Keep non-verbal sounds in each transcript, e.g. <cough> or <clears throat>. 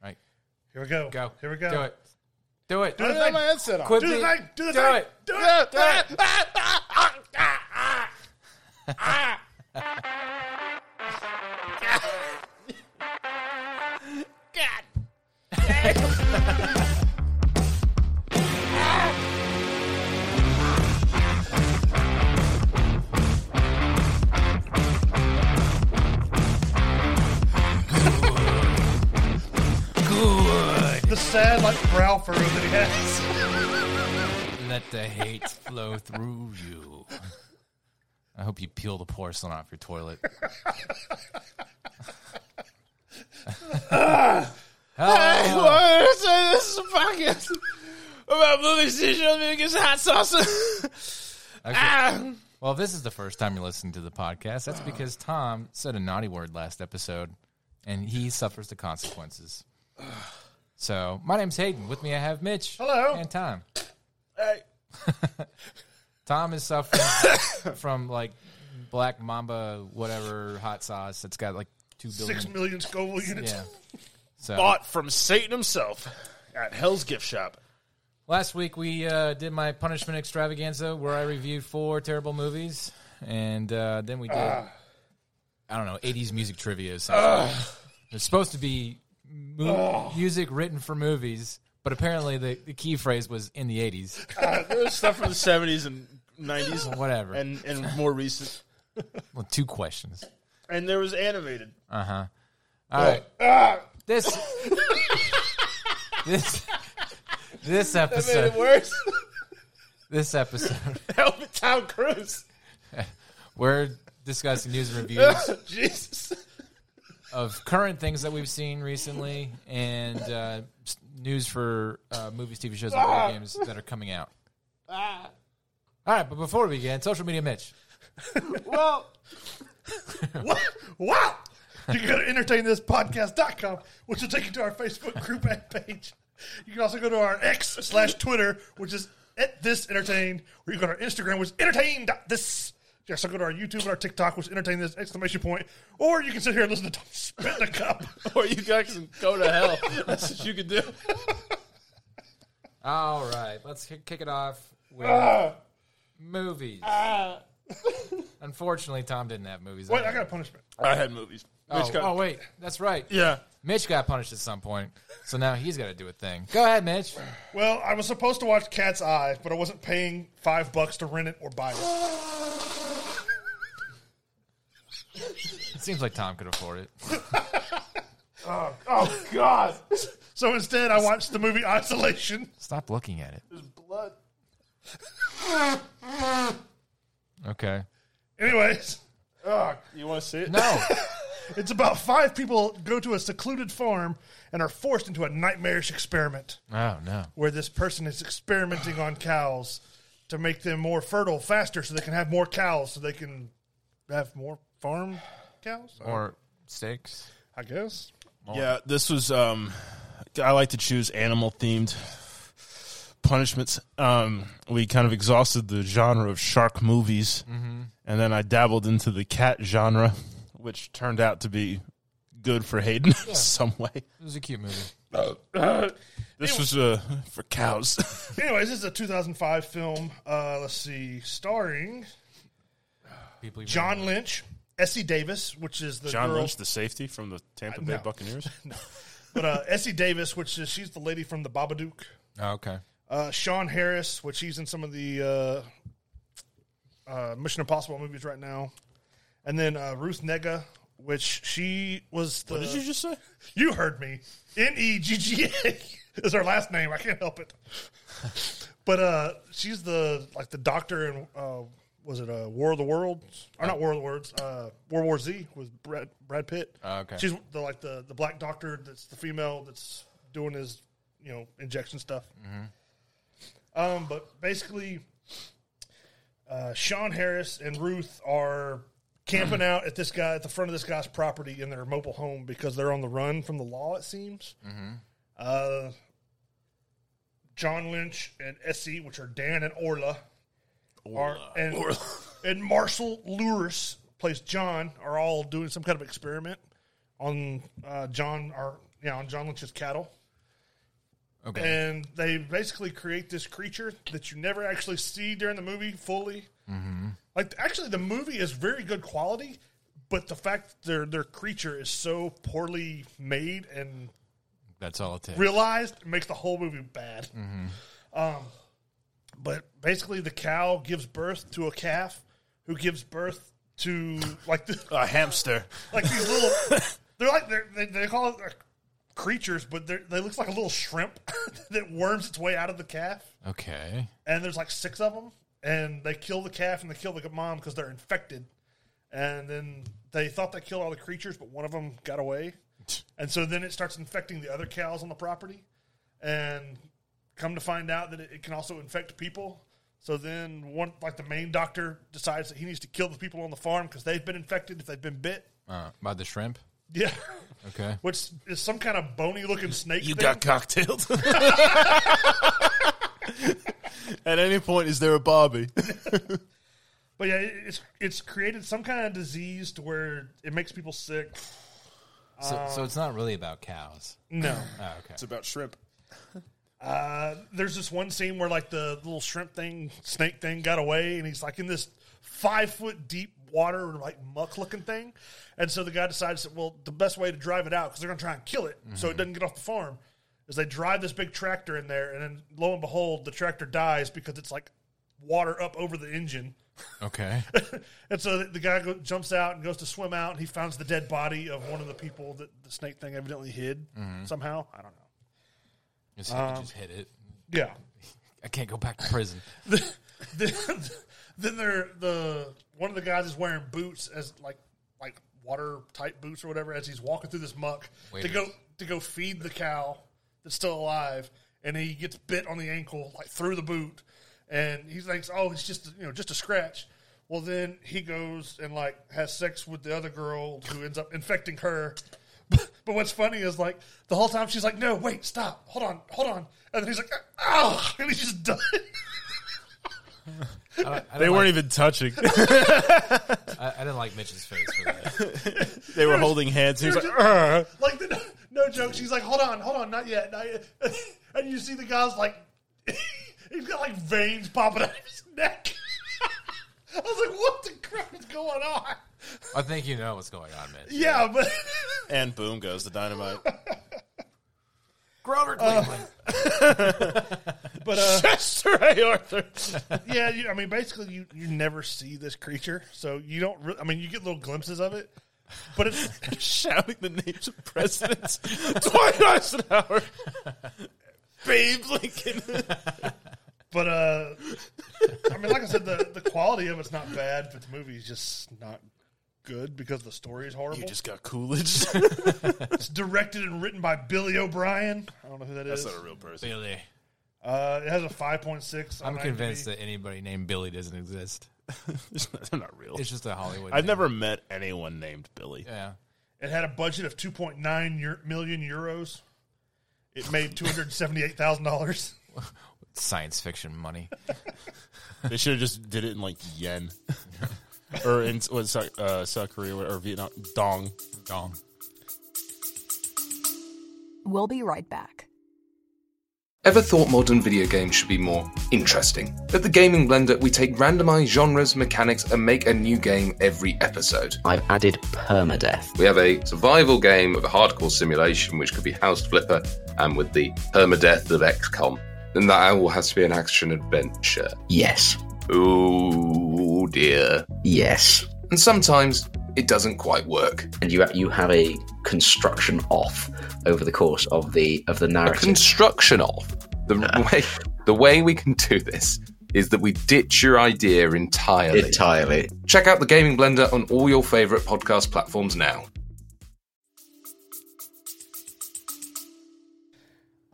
Here we go. Go. Here we go. Do it. Do it. Do the I have thing. my headset on. Quit Do the being- thing. Do the do thing. it. Do Ah, it. Do ah, it. <laughs> ah, ah, ah, ah, ah. Ah. <laughs> The sad like brow furrow that he has. Let the hate flow through you. I hope you peel the porcelain off your toilet. I want to say this is a podcast about movies, digital movies, hot sauce. Okay. ah. Well, if this is the first time you listen to the podcast, that's because Tom said a naughty word last episode, and he suffers the consequences. So, my name's Hayden. With me, I have Mitch. Hello. And Tom. Hey. Tom is suffering <coughs> from like black mamba, whatever hot sauce that's got like two billion. Six million Scoville units. Yeah. So Bought from Satan himself at Hell's Gift Shop. last week we uh, did my punishment extravaganza where I reviewed four terrible movies, and uh, then we did I don't know '80s music trivia. Uh, it's supposed to be mu- music written for movies, but apparently the, the key phrase was in the '80s. There's stuff from the 70s and <laughs> 90s Whatever. and, and more recent. Well, two questions. And there was animated. All right. This. this. This episode. <laughs> worse. This episode. Help it, Tom Cruise. We're discussing news and <laughs> reviews Jesus. of current things that we've seen recently and uh, s- news for uh, movies, TV shows, and video games that are coming out. Ah, All right, but before we begin, social media, Mitch. Well, <laughs> What? Wow. You can go to entertainthispodcast.com, which will take you to our Facebook group and <laughs> page. You can also go to our X slash Twitter, which is at this entertain, or you can go to our Instagram, which is entertain.this. You also go to our YouTube and our TikTok, which is entertain this exclamation point, or you can sit here and listen to Tom spit in a cup. <laughs> or you guys can go to hell. That's what you can <laughs> do. All right, let's ki- kick it off with movies. Unfortunately, Tom didn't have movies. Wait, I got a punishment. I had movies. oh, Which kind- oh, wait, that's right. Yeah. Mitch got punished at some point, so now he's got to do a thing. Go ahead, Mitch. Well, I was supposed to watch Cat's Eye, but I wasn't paying five bucks to rent it or buy it. It seems like Tom could afford it. Oh God! So instead, I watched the movie Isolation. <laughs> Stop looking at it. Blood. Okay. Anyways, oh, You want to see it? No. <laughs> it's about five people go to a secluded farm and are forced into a nightmarish experiment Oh no. where this person is experimenting on cows to make them more fertile faster, so they can have more cows, so they can have more farm cows. Or six. I guess. Yeah, this was. Um, I like to choose animal themed punishments. Um, we kind of exhausted the genre of shark movies, Mm-hmm. and then I dabbled into the cat genre, which turned out to be good for Hayden <laughs> in some way. It was a cute movie. This was uh, for cows. Anyways, this is a 2005 film. Uh, let's see, starring People even- John Lynch, Essie Davis, which is <laughs> the John girl, Lynch, the safety from the Tampa Bay <laughs> no. Buccaneers. but uh, Essie Davis, which is she's the lady from the Babadook. Oh, okay. Uh, Sean Harris, which he's in some of the uh, uh, Mission Impossible movies right now, and then uh, Ruth Nega, which she was the. What did you just say? You heard me. N E G G A <laughs> is her last name. I can't help it. but uh, she's the like the doctor in uh, was it uh, War of the Worlds or not War of the Worlds? Uh, World War Z with Brad Brad Pitt. Oh, okay. She's the like the the black doctor that's the female that's doing his you know injection stuff. Um, but basically, uh, Sean Harris and Ruth are camping out at this guy at the front of this guy's property in their mobile home because they're on the run from the law. It seems. Uh, John Lynch and Essie, which are Dan and Orla, are and <laughs> and Marshall Lewis plays John, are all doing some kind of experiment on uh, John or yeah on John Lynch's cattle. Okay. and they basically create this creature that you never actually see during the movie fully. Like actually, the movie is very good quality, but the fact their their creature is so poorly made and That's all it takes. realized it makes the whole movie bad. Um, but basically, the cow gives birth to a calf, who gives birth to like <laughs> the, A hamster. like these little. They're like they're, they they call it like creatures, but they're, they looks like a little shrimp <laughs> that worms its way out of the calf. Okay. And there's like six of them, and they kill the calf and they kill the mom because they're infected. And then they thought they killed all the creatures, but one of them got <laughs> away. And so then it starts infecting the other cows on the property, and come to find out that it, it can also infect people. So then one like the main doctor decides that he needs to kill the people on the farm because they've been infected if they've been bit. <laughs> Uh, by the shrimp. Yeah. Okay. Which is some kind of bony looking snake. You thing. got <laughs> cocktailed. At any point, is there a Barbie? But yeah, it- it's it's created some kind of disease to where it makes people sick. So, so it's not really about cows. No. Oh, okay. about shrimp. Uh, there's this one scene where like the little shrimp thing, snake thing got away and he's like in this five foot deep water like muck looking thing. And so the guy decides that well, the best way to drive it out, because they're gonna try and kill it so it doesn't get off the farm, is they drive this big tractor in there and then lo and behold, the tractor dies because it's like water up over the engine. Okay. And so the- the guy go, jumps out and goes to swim out, and he finds the dead body of one of the people that the snake thing evidently hid somehow. I don't know. Just, you just hit it. Yeah. I can't go back to prison. then then there the one of the guys is wearing boots as like like water tight boots or whatever as he's walking through this muck Wait a to go minute. to go feed the cow that's still alive, and he gets bit on the ankle like through the boot, and he thinks oh it's just you know just a scratch. Well, then he goes and like has sex with the other girl who ends up infecting her. But what's funny is like the whole time she's like, "No, wait, stop, hold on, hold on," and then he's like, "Oh," and he's just done. I, don't, I, They don't weren't like, even touching. I, I didn't like Mitch's face for that. <laughs> they were holding hands. He was like, "Uh-huh." "Argh." like the, <laughs> no joke. She's like, hold on, hold on, not yet, not yet. <laughs> And you see the guy's like, <laughs> he's got like veins popping out of his neck. <laughs> I was like, what the crap is going on? I think you know what's going on, Mitch. Yeah, but <laughs> and boom goes the dynamite. Grover Cleveland. but uh, Uh, Chester A. Arthur. yeah, you, I mean, basically, you you never see this creature, so you don't. Re- I mean, you get little glimpses of it, but it's Shouting the names of <laughs> presidents. Dwight Eisenhower. Babe Lincoln. but uh, I mean, like I said, the the quality of it's not bad, but the movie is just not good because the story is horrible. You just got <laughs> Coolidge. It's directed and written by Billy O'Brien. I don't know who that is. real person. Billy. uh, it has a 5.6. I'm convinced that anybody named Billy doesn't exist. They're not real. It's just a Hollywood. I've name. never met anyone named Billy. Yeah. it had a budget of 2.9 eur- million euros. It made $278,000. Science fiction <laughs> money. They should have just did it in like <laughs> yen, or in what, South, uh, South Korea or Vietnam dong. Gone. We'll be right back. Ever thought modern video games should be more interesting? At the Gaming Blender, we take randomized genres, mechanics, and make a new game every episode. I've added permadeath. We have a survival game of a hardcore simulation, which could be House Flipper, and with the permadeath of XCOM. Then that all has to be an action adventure. Yes. Ooh dear. Yes. And sometimes it doesn't quite work. And you you have a construction off over the course of the of the a narrative. construction of the way the way we can do this is that we ditch your idea entirely. Entirely. Check out the Gaming Blender on all your favorite podcast platforms now.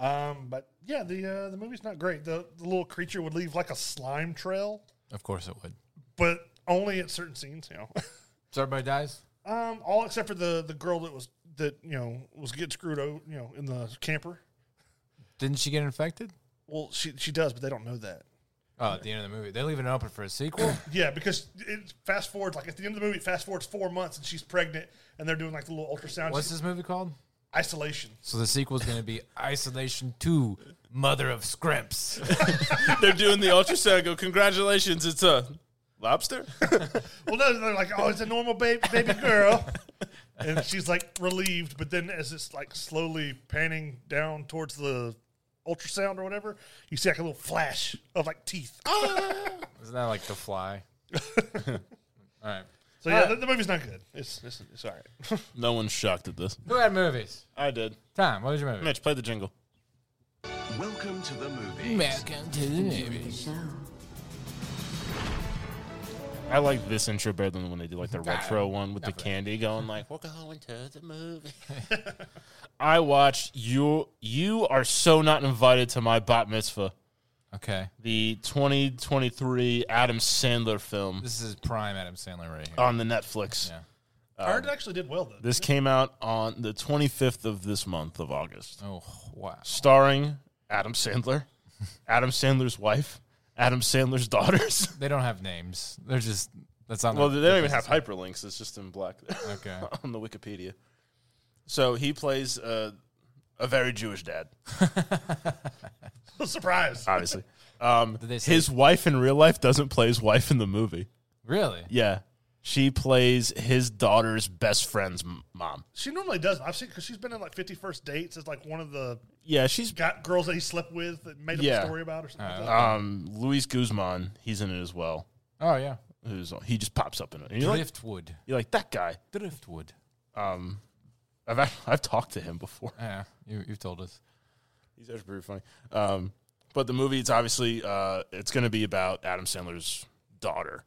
Um, but yeah, the uh, the movie's not great. The, the little creature would leave like a slime trail, Of course it would. but only at certain scenes, you know. <laughs> So everybody dies. um, all except for the, the girl that was that, you know, was getting screwed out, you know, in the camper. Didn't she get infected? Well, she she does, but they don't know that. Oh, at the end of the movie, they leave it open for a <coughs> sequel. Yeah, because it fast forwards like at the end of the movie, it fast forwards four months and she's pregnant and they're doing like the little ultrasound What's this movie called? isolation. So the sequel's going to be Isolation Two: Mother of <laughs> scrimps. They're doing the ultrasound. Go, congratulations, it's a lobster. Well, no, they're like, oh, it's a normal baby, baby girl. And she's like relieved, but then as it's like slowly panning down towards the ultrasound or whatever, you see like a little flash of like teeth. Isn't that like the fly? all right. So yeah, the, the movie's not good. It's it's, it's all right. no one's shocked at this. Who had movies? I did. Tom, what was your movie? Mitch, play the jingle. Welcome to the movie. Welcome to the movie. I like this intro better than when they do like the retro one with the candy going like we're going to the movie. I watched you. You are so not invited to my bat mitzvah, Okay. the 2023 Adam Sandler film This is prime Adam Sandler right here. on the Netflix. Yeah. Hard actually did well though. This came out on the 25th of this month of August, Oh, wow. starring Adam Sandler, Adam Sandler's wife, Adam Sandler's daughters. They don't have names. They're just, that's on <laughs> Well, their- they don't even have hyperlinks. It's just in black Okay. <laughs> on the Wikipedia. So he plays uh, a very Jewish dad, Surprise! <laughs> obviously. Um, Did they say- his wife in real life doesn't play his wife in the movie. Really? Yeah. She plays his daughter's best friend's m- mom. She normally doesn't. I've seen because she's been in like Fifty First Dates as like one of the Yeah, she's got girls that he slept with that made up Yeah. a story about or something. like that. um, Luis Guzman. He's in it as well. Oh, yeah. Who's he? Just pops up in it. And you're, like, Driftwood. you're like that guy. Driftwood. Um, I've act- I've talked to him before. Yeah, you, you've told us. He's actually pretty funny. Um, but the movie, it's obviously uh, it's going to be about Adam Sandler's daughter,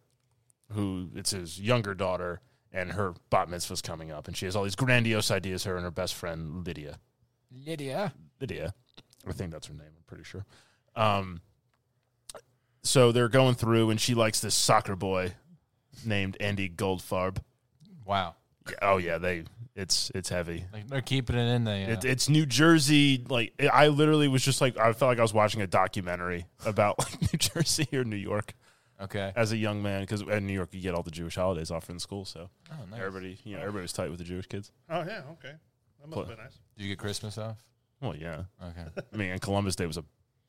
who it's his younger daughter, and her bat mitzvah's coming up, and she has all these grandiose ideas. Her and her best friend Lydia, Lydia. Lydia, I think that's her name. I'm pretty sure. Um, so they're going through, and she likes this soccer boy named Andy Goldfarb. Wow. Yeah, oh yeah, they it's it's heavy. Like, they're keeping it in the. Uh, It, it's New Jersey. Like I- I literally was just like I felt like I was watching a documentary about <laughs> like New Jersey or New York okay. as a young man because in New York you get all the Jewish holidays off in school, so Oh, nice. everybody you know everybody was tight with the Jewish kids. oh yeah, okay, that must have been nice. Did you get Christmas off? Well, yeah, Okay. I mean, and Columbus Day was a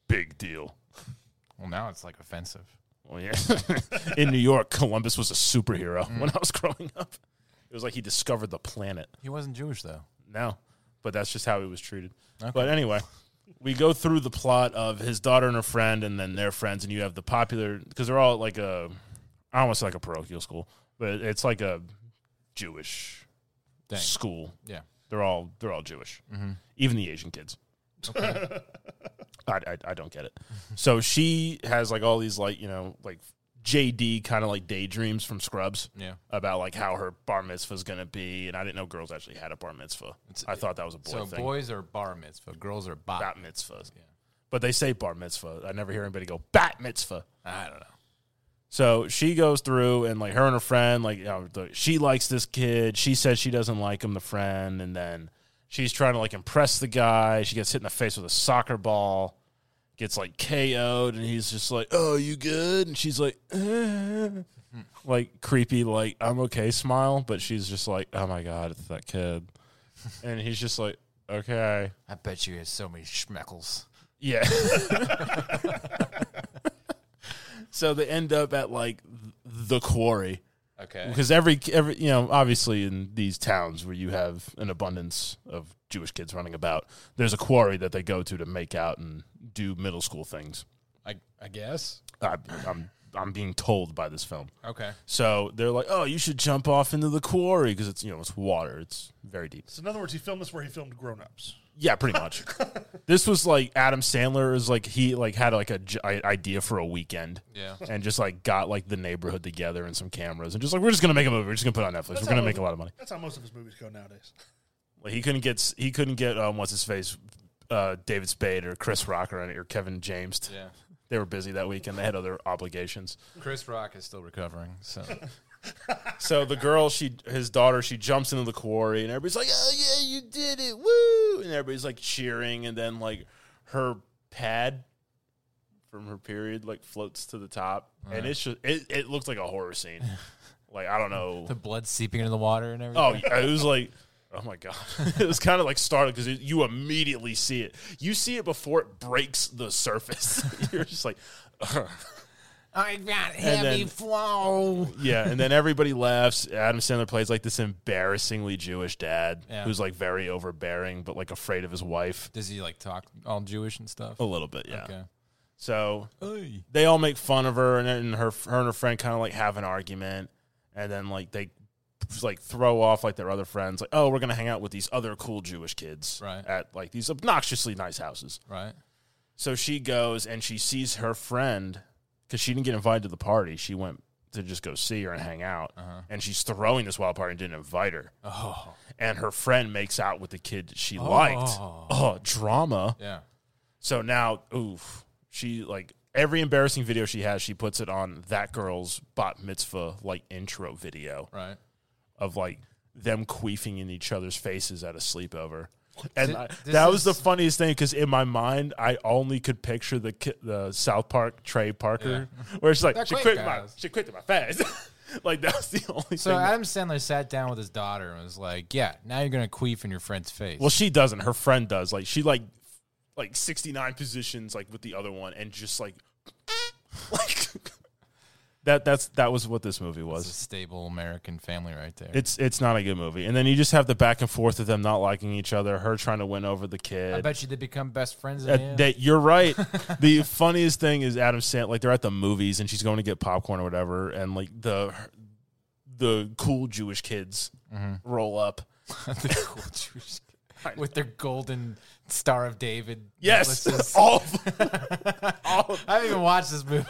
big deal. Well, now it's like offensive. Well, yeah, <laughs> in New York, Columbus was a superhero Mm. when I was <laughs> growing up. It was like he discovered the planet. He wasn't Jewish though. No, but that's just how he was treated. But anyway, we go through the plot of his daughter and her friend, and then their friends, and you have the popular because they're all like a, I don't want to say like a parochial school, but it's like a Jewish Dang. school. Yeah. They're all they're all Jewish, even the Asian kids. <laughs> I, I I don't get it. So she has like all these like you know like JD kind of like daydreams from Scrubs Yeah. about like how her bar mitzvah is going to be, and I didn't know girls actually had a bar mitzvah. I thought that was a boy so thing. boys are bar mitzvah, girls are bat. bat mitzvahs, but they say bar mitzvah. I never hear anybody go bat mitzvah. I don't know. So she goes through and like her and her friend, like you know, the, she likes this kid. She says she doesn't like him, the friend, and then she's trying to like impress the guy. She gets hit in the face with a soccer ball, gets like KO'd, and he's just like, "Oh, you good?" And she's like, <laughs> "Eh." like creepy, like I'm okay smile, but she's just like, "Oh my god, it's that kid," and he's just like, "Okay." I bet you has so many schmeckles. Yeah. <laughs> so they end up at like th- the quarry <laughs> Okay. because every every you know obviously in these towns where you have an abundance of Jewish kids running about, there's a quarry that they go to to make out and do middle school things. I I guess. I, I'm I'm being told by this film. Okay. So they're like, "Oh, you should jump off into the quarry because it's you know it's water, it's very deep." So in other words, he filmed this where he filmed Grown Ups. Yeah, pretty much. this was like Adam Sandler is like he like had like a j- i- idea for a weekend. Yeah. And just like got like the neighborhood together and some cameras and just like we're just gonna make a movie. We're just gonna put it on Netflix. we're gonna how- make a lot of money. That's how most of his movies go nowadays. Like he couldn't get s- he couldn't get um what's his face uh David Spade or Chris Rock or, any- or Kevin James. to- Yeah. They were busy that weekend. They had other obligations. Chris Rock is still recovering. <laughs> So So the girl, she his daughter, she jumps into the quarry, and everybody's like, "Oh yeah, you did it, woo!" And everybody's like cheering, and then like her pad from her period like floats to the top, and it's just it, it looks like a horror scene. like I don't know. the blood seeping into the water and everything. Oh, yeah, it was like Oh my god! <laughs> it was kind of like startled because you immediately see it. You see it before it breaks the surface. <laughs> You're just like, "Ugh." I got heavy then- flow. yeah. And then everybody laughs. Adam Sandler plays like this embarrassingly Jewish dad Yeah. who's like very overbearing, but like afraid of his wife Does he like talk all Jewish and stuff? a little bit. Yeah. Okay. So they all make fun of her, and then her her and her friend kind of like have an argument, and then like they just, like throw off like their other friends, like oh we're gonna hang out with these other cool Jewish kids Right. at like these obnoxiously nice houses. Right. So she goes and she sees her friend because she didn't get invited to the party. She went to just go see her and hang out, Uh-huh. and she's throwing this wild party and didn't invite her. Oh. And her friend makes out with the kid that she liked. Oh. Oh, drama. Yeah. So now, oof, she like every embarrassing video she has, she puts it on that girl's bat mitzvah like intro video Right. of like them queefing in each other's faces at a sleepover. And Thi- I- this that was the is- funniest thing because in my mind, I only could picture the ki- the South Park Trey Parker, where she's like, They're she quick, quit my, guys." she quit my face. <laughs> like that was the only So thing. that- Adam Sandler sat down with his daughter and was like, "Yeah, now you're gonna queef in your friend's face." Well, she doesn't. Her friend does. Like she like like sixty nine positions like with the other one, and just like <laughs> like <laughs> that. That's that was what this movie it's a was. stable American family right there. It's it's not a good movie. And then you just have the back and forth of them not liking each other, her trying to win over the I kid. bet you they become best friends. In Uh, the end. that you're right. the funniest thing is Adam Sandler. Like they're at the movies, and she's going to get popcorn or whatever, and like the the cool Jewish kids Mm-hmm. roll up. <laughs> The cool Jewish- with their golden Star of David. Yes, necklaces. <laughs> all of them. all of I haven't even watched this <laughs> movie.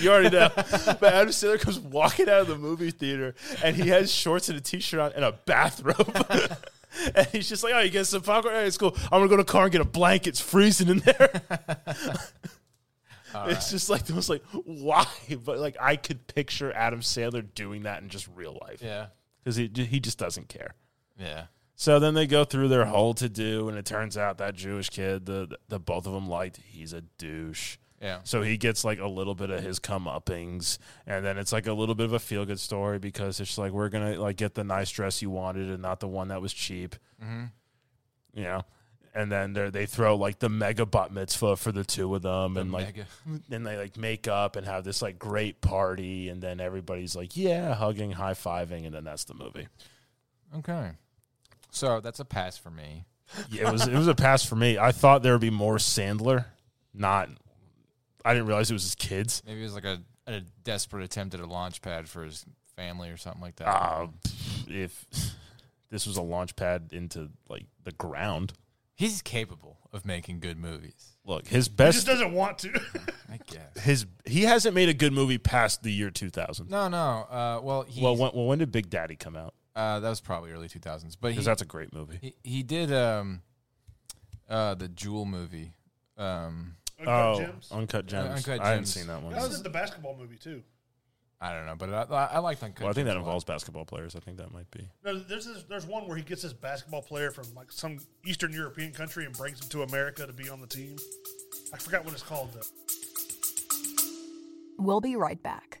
you already know. <laughs> But Adam Sandler comes walking out of the movie theater and he has shorts and a t shirt on and a bathrobe. <laughs> and he's just like, oh, you get some popcorn? Hey, it's cool. I'm going to go to the car and get a blanket. It's freezing in there. it's just like, the most like, why? But like, I could picture Adam Sandler doing that in just real <laughs> life yeah, because he, he just doesn't care. yeah. So then they go through their whole to do, and it turns out that Jewish kid, the, the, the both of them liked, he's a douche. Yeah. So he gets like a little bit of his come uppings, and then it's like a little bit of a feel good story because it's like we're gonna like get the nice dress you wanted and not the one that was cheap. Mm-hmm. You know, and then they they throw like the mega bat mitzvah for the two of them, and like mega. <laughs> then they like make up and have this like great party, and then everybody's like yeah, hugging, high fiving, and then that's the movie. Okay. So that's a pass for me. Yeah, it was it was a pass for me. I thought there would be more Sandler, not. I didn't realize it was his kids. Maybe it was like a, a desperate attempt at a launch pad for his family or something like that. uh, if this was a launch pad into like the ground. He's capable of making good movies, Look, his He best just doesn't want to. <laughs> I <laughs> guess. his he hasn't made a good movie past the year 2000. No, no. Uh, well, he Well, when, well, when did Big Daddy come out? uh, that was probably early 2000s, but he, Because that's a great movie. he he did um, uh, the Jewel movie. Um, Uncut Gems. Oh, Uncut Gems. Uh, Uncut I haven't Gems. seen that one. That was in the basketball movie too. I don't know, but I, I, I liked Uncut. Well, I think Gems a that lot. involves basketball players. I think that might be. No, there's this, there's one where he gets this basketball player from like some Eastern European country and brings him to America to be on the team. I forgot what it's called though. We'll be right back.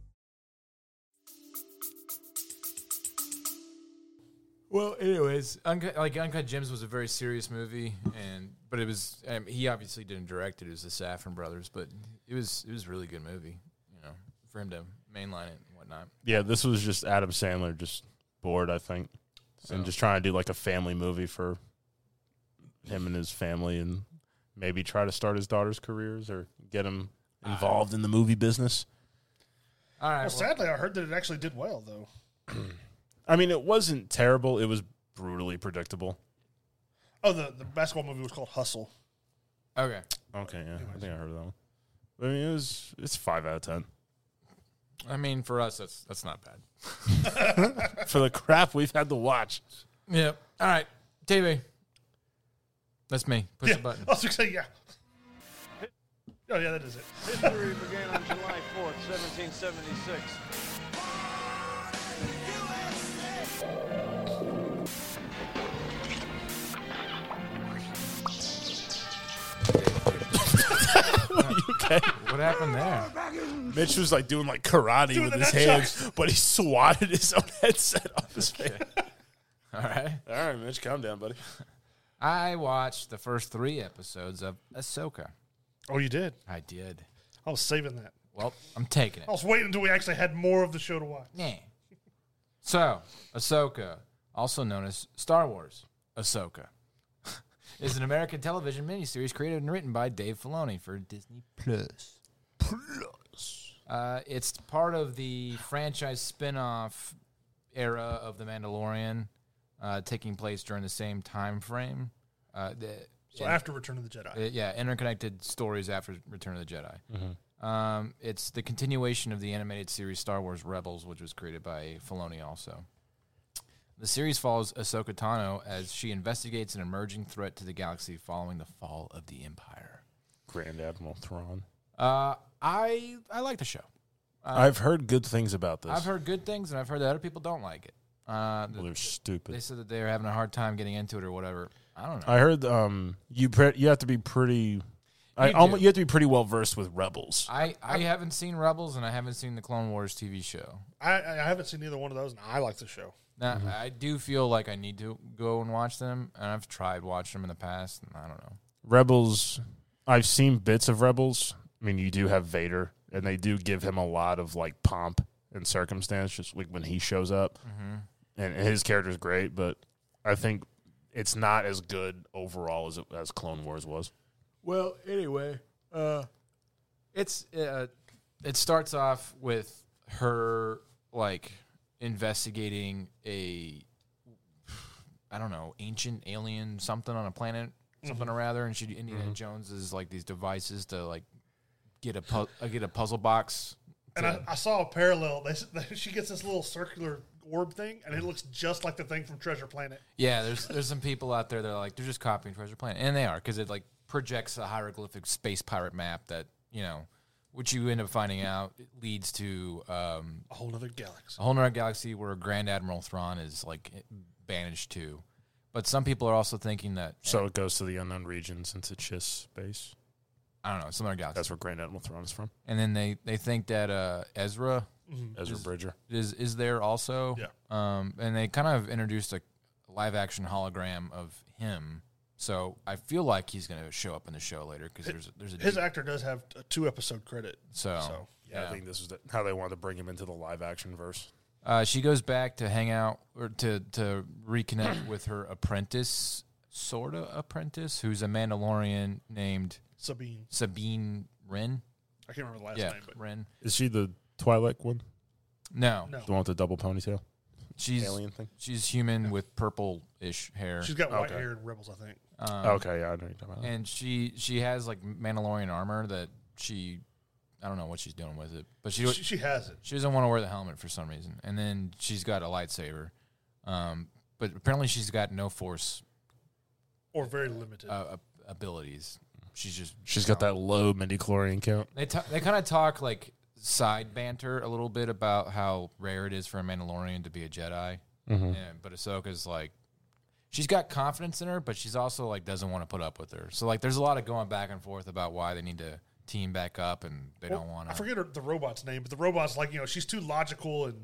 Well, anyways, Uncut, like Uncut Gems was a very serious movie, and but it was um, he obviously didn't direct it. It was the Safran brothers, but it was it was a really good movie. You know, for him to mainline it and whatnot. Yeah, this was just Adam Sandler just bored, I think, and just trying to do like a family movie for him and his family, and maybe try to start his daughter's careers or get him involved in the movie business. All right, Well, well, sadly, I heard that it actually did well though. I mean, it wasn't terrible; it was brutally predictable. Oh, the, the basketball movie was called Hustle. okay, Okay, yeah, I think I heard of that one. I mean, it was it's five out of ten. I mean, for us, that's that's not bad. for the <laughs> crap we've had to watch. Yeah. All right, TV. That's me. Push Yeah. the button. <laughs> I was gonna say, yeah. Oh yeah, that is it. History began on July 4th, 1776. What happened there? Mitch was like doing like karate Doing with the his nunchucks. hands, but he swatted his own <laughs> headset off his face. All right. All right, Mitch, calm down, buddy. I watched the first three episodes of Ahsoka. Oh, you did. I did. I was saving that. Well, I'm taking it. I was waiting until we actually had more of the show to watch. Yeah. So, Ahsoka, also known as Star Wars Ahsoka, <laughs> is an American television miniseries created and written by Dave Filoni for Disney Plus. Uh, it's part of the franchise spin-off era of The Mandalorian, uh, taking place during the same time frame. Uh, the, So after Return of the Jedi, uh, yeah, interconnected stories after Return of the Jedi. Um, it's the continuation of the animated series Star Wars Rebels, which was created by Filoni also. The series follows Ahsoka Tano as she investigates an emerging threat to the galaxy following the fall of the Empire. Grand Admiral Thrawn. Uh, I I like the show. I've heard good things about this. I've heard good things, and I've heard that other people don't like it. Uh, well, they're they stupid. said that they're having a hard time getting into it or whatever. I don't know. I heard um you pre- you have to be pretty. I You you, do. you have to be pretty well versed with rebels. I, I haven't seen Rebels and I haven't seen the Clone Wars TV show. I, I haven't seen either one of those, and I like the show. Now, I do feel like I need to go and watch them, and I've tried watching them in the past, and I don't know. Rebels. I've seen bits of Rebels. I mean, you do have Vader, and they do give him a lot of like pomp and circumstance, just like when he shows up. Mm-hmm. And his character's great, but I think it's not as good overall as it, as Clone Wars was. Well, anyway, uh, it's uh, it starts off with her like investigating a I don't know ancient alien something on a planet something or rather, and she Indiana Jones is like these devices to like get a pu- uh, get a puzzle box. And I, to- I saw a parallel. They, s- <laughs> she gets this little circular orb thing, Mm-hmm. and it looks just like the thing from Treasure Planet. Yeah, there's there's some people out there that are like they're just copying Treasure Planet, and they are because it like projects a hieroglyphic space pirate map that you know, which you end up finding out it leads to um, A whole other galaxy. a whole nother galaxy where Grand Admiral Thrawn is like eh, banished to. But some people are also thinking that eh, So it goes to the unknown region since it's just space. I don't know some other galaxy, That's where Grand Admiral Thrawn is from. and then they they think that uh, Ezra Mm-hmm. Ezra Bridger. is is there also. Yeah. Um, and they kind of introduced a live action hologram of him. So I feel like he's going to show up in the show later because there's there's a His deep- actor does have a two episode credit. so, so, Yeah, yeah. I think this is the, how they wanted to bring him into the live action verse. Uh, she goes back to hang out or to to reconnect with her apprentice, sort of apprentice, who's a Mandalorian named Sabine. Sabine Wren. I can't remember the last yeah, name, but Wren. Is she the Twilight one? No, No. The one with the double ponytail? she's Alien thing? she's human with purple ish hair. Um, she's got white Okay. hair in Rebels, I think. okay, yeah, I know you're talking about that. and she she has like Mandalorian armor that she I don't know what she's doing with it, but she She, she has it. she doesn't want to wear the helmet for some reason. And then she's got a lightsaber, um, but apparently she's got no force Or very limited. uh, ab- abilities. She's just She's got that low midi chlorian count. They ta they kind of talk like side banter a little bit about how rare it is for a Mandalorian to be a Jedi, Mm-hmm. and, but Ahsoka's like she's got confidence in her, but she's also like doesn't want to put up with her. So like there's a lot of going back and forth about why they need to team back up and they don't Well, want I to. forget her, the robot's name, but the robot's like you know she's too logical and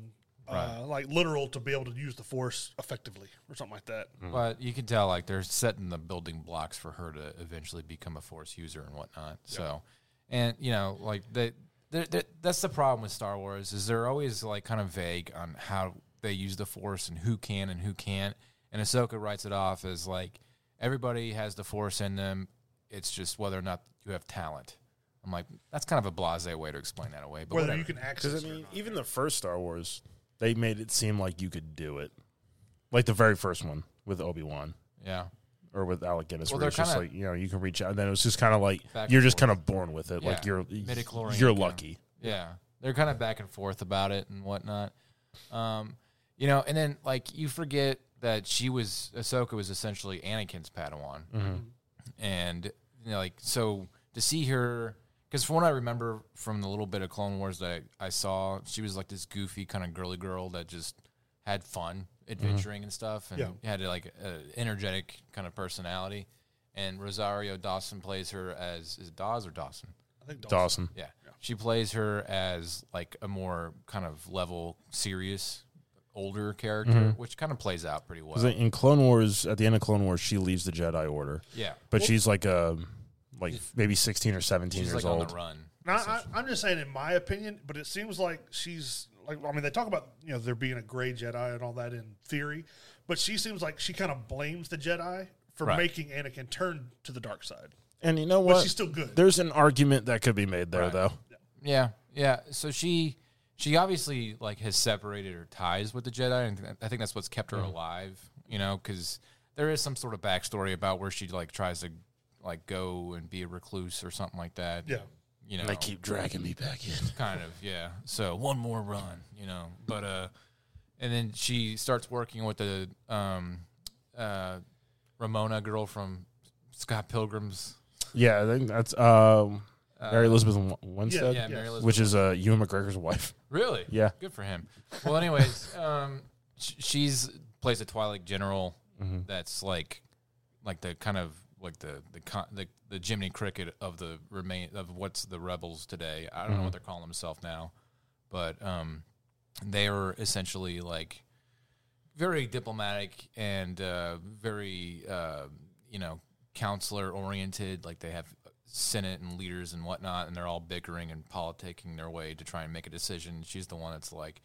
uh, like literal to be able to use the force effectively or something like that. But you can tell like they're setting the building blocks for her to eventually become a force user and whatnot. So, and you know, like they, they, they, that's the problem with Star Wars is they're always like kind of vague on how they use the force and who can and who can't. And Ahsoka writes it off as like everybody has the force in them. It's just whether or not you have talent. I'm like, that's kind of a blase way to explain that away. But Whether whatever. you can access Because it I or mean, not. even the first Star Wars, they made it seem like you could do it, like the very first one with Obi Wan yeah. or with Alec Guinness, Well, where they're it's just kinda- like you know you can reach out. And then it was just kind of like Back and you're just forth. kind of born with it, like Yeah. you're Midichlorian you're count. lucky. Yeah. They're kind of back and forth about it and whatnot. Um, you know, and then like you forget that she was Ahsoka was essentially Anakin's Padawan, and you know, like so to see her because from what I remember from the little bit of Clone Wars that I, I saw, she was like this goofy kind of girly girl that just had fun adventuring and stuff, and Yeah. had like an energetic kind of personality. And Rosario Dawson plays her as is it Dawes or Dawson? I think Dawson. Dawson. Yeah. She plays her as like a more kind of level, serious, older character, Mm-hmm. which kind of plays out pretty well. Because in Clone Wars, at the end of Clone Wars, she leaves the Jedi Order, yeah. but she's like a like maybe sixteen or seventeen She's years like old. on the run. Now, I, I'm just saying, in my opinion, but it seems like she's like. I mean, they talk about you know there being a gray Jedi and all that in theory, but she seems like she kind of blames the Jedi for Right. making Anakin turn to the dark side. And you know what? she's still good. There's an argument that could be made there, Right. though. Yeah, yeah. So she she obviously like has separated her ties with the Jedi, and I think that's what's kept Mm-hmm. her alive. You know, because there is some sort of backstory about where she like tries to like go and be a recluse or something like that. Yeah. you know, They keep dragging me back in. kind of yeah. So one more run, you know. But uh, and then she starts working with the um uh Ramona girl from Scott Pilgrim's. Yeah, I think that's um, Mary Elizabeth Wa- Winstead, Uh, Yeah, Mary Elizabeth. which is uh, Ewan <laughs> McGregor's wife. Really? Yeah. Good for him. Well, anyways, <laughs> um, sh- she's plays a Twilight general that's like, like the kind of like the the con- the, the Jiminy Cricket of the remain of what's the rebels today. I don't know what they're calling themselves now, but um, they are essentially like very diplomatic and uh, very uh, you know counselor oriented. Like they have senate and leaders and whatnot, and they're all bickering and politicking their way to try and make a decision. She's the one that's like,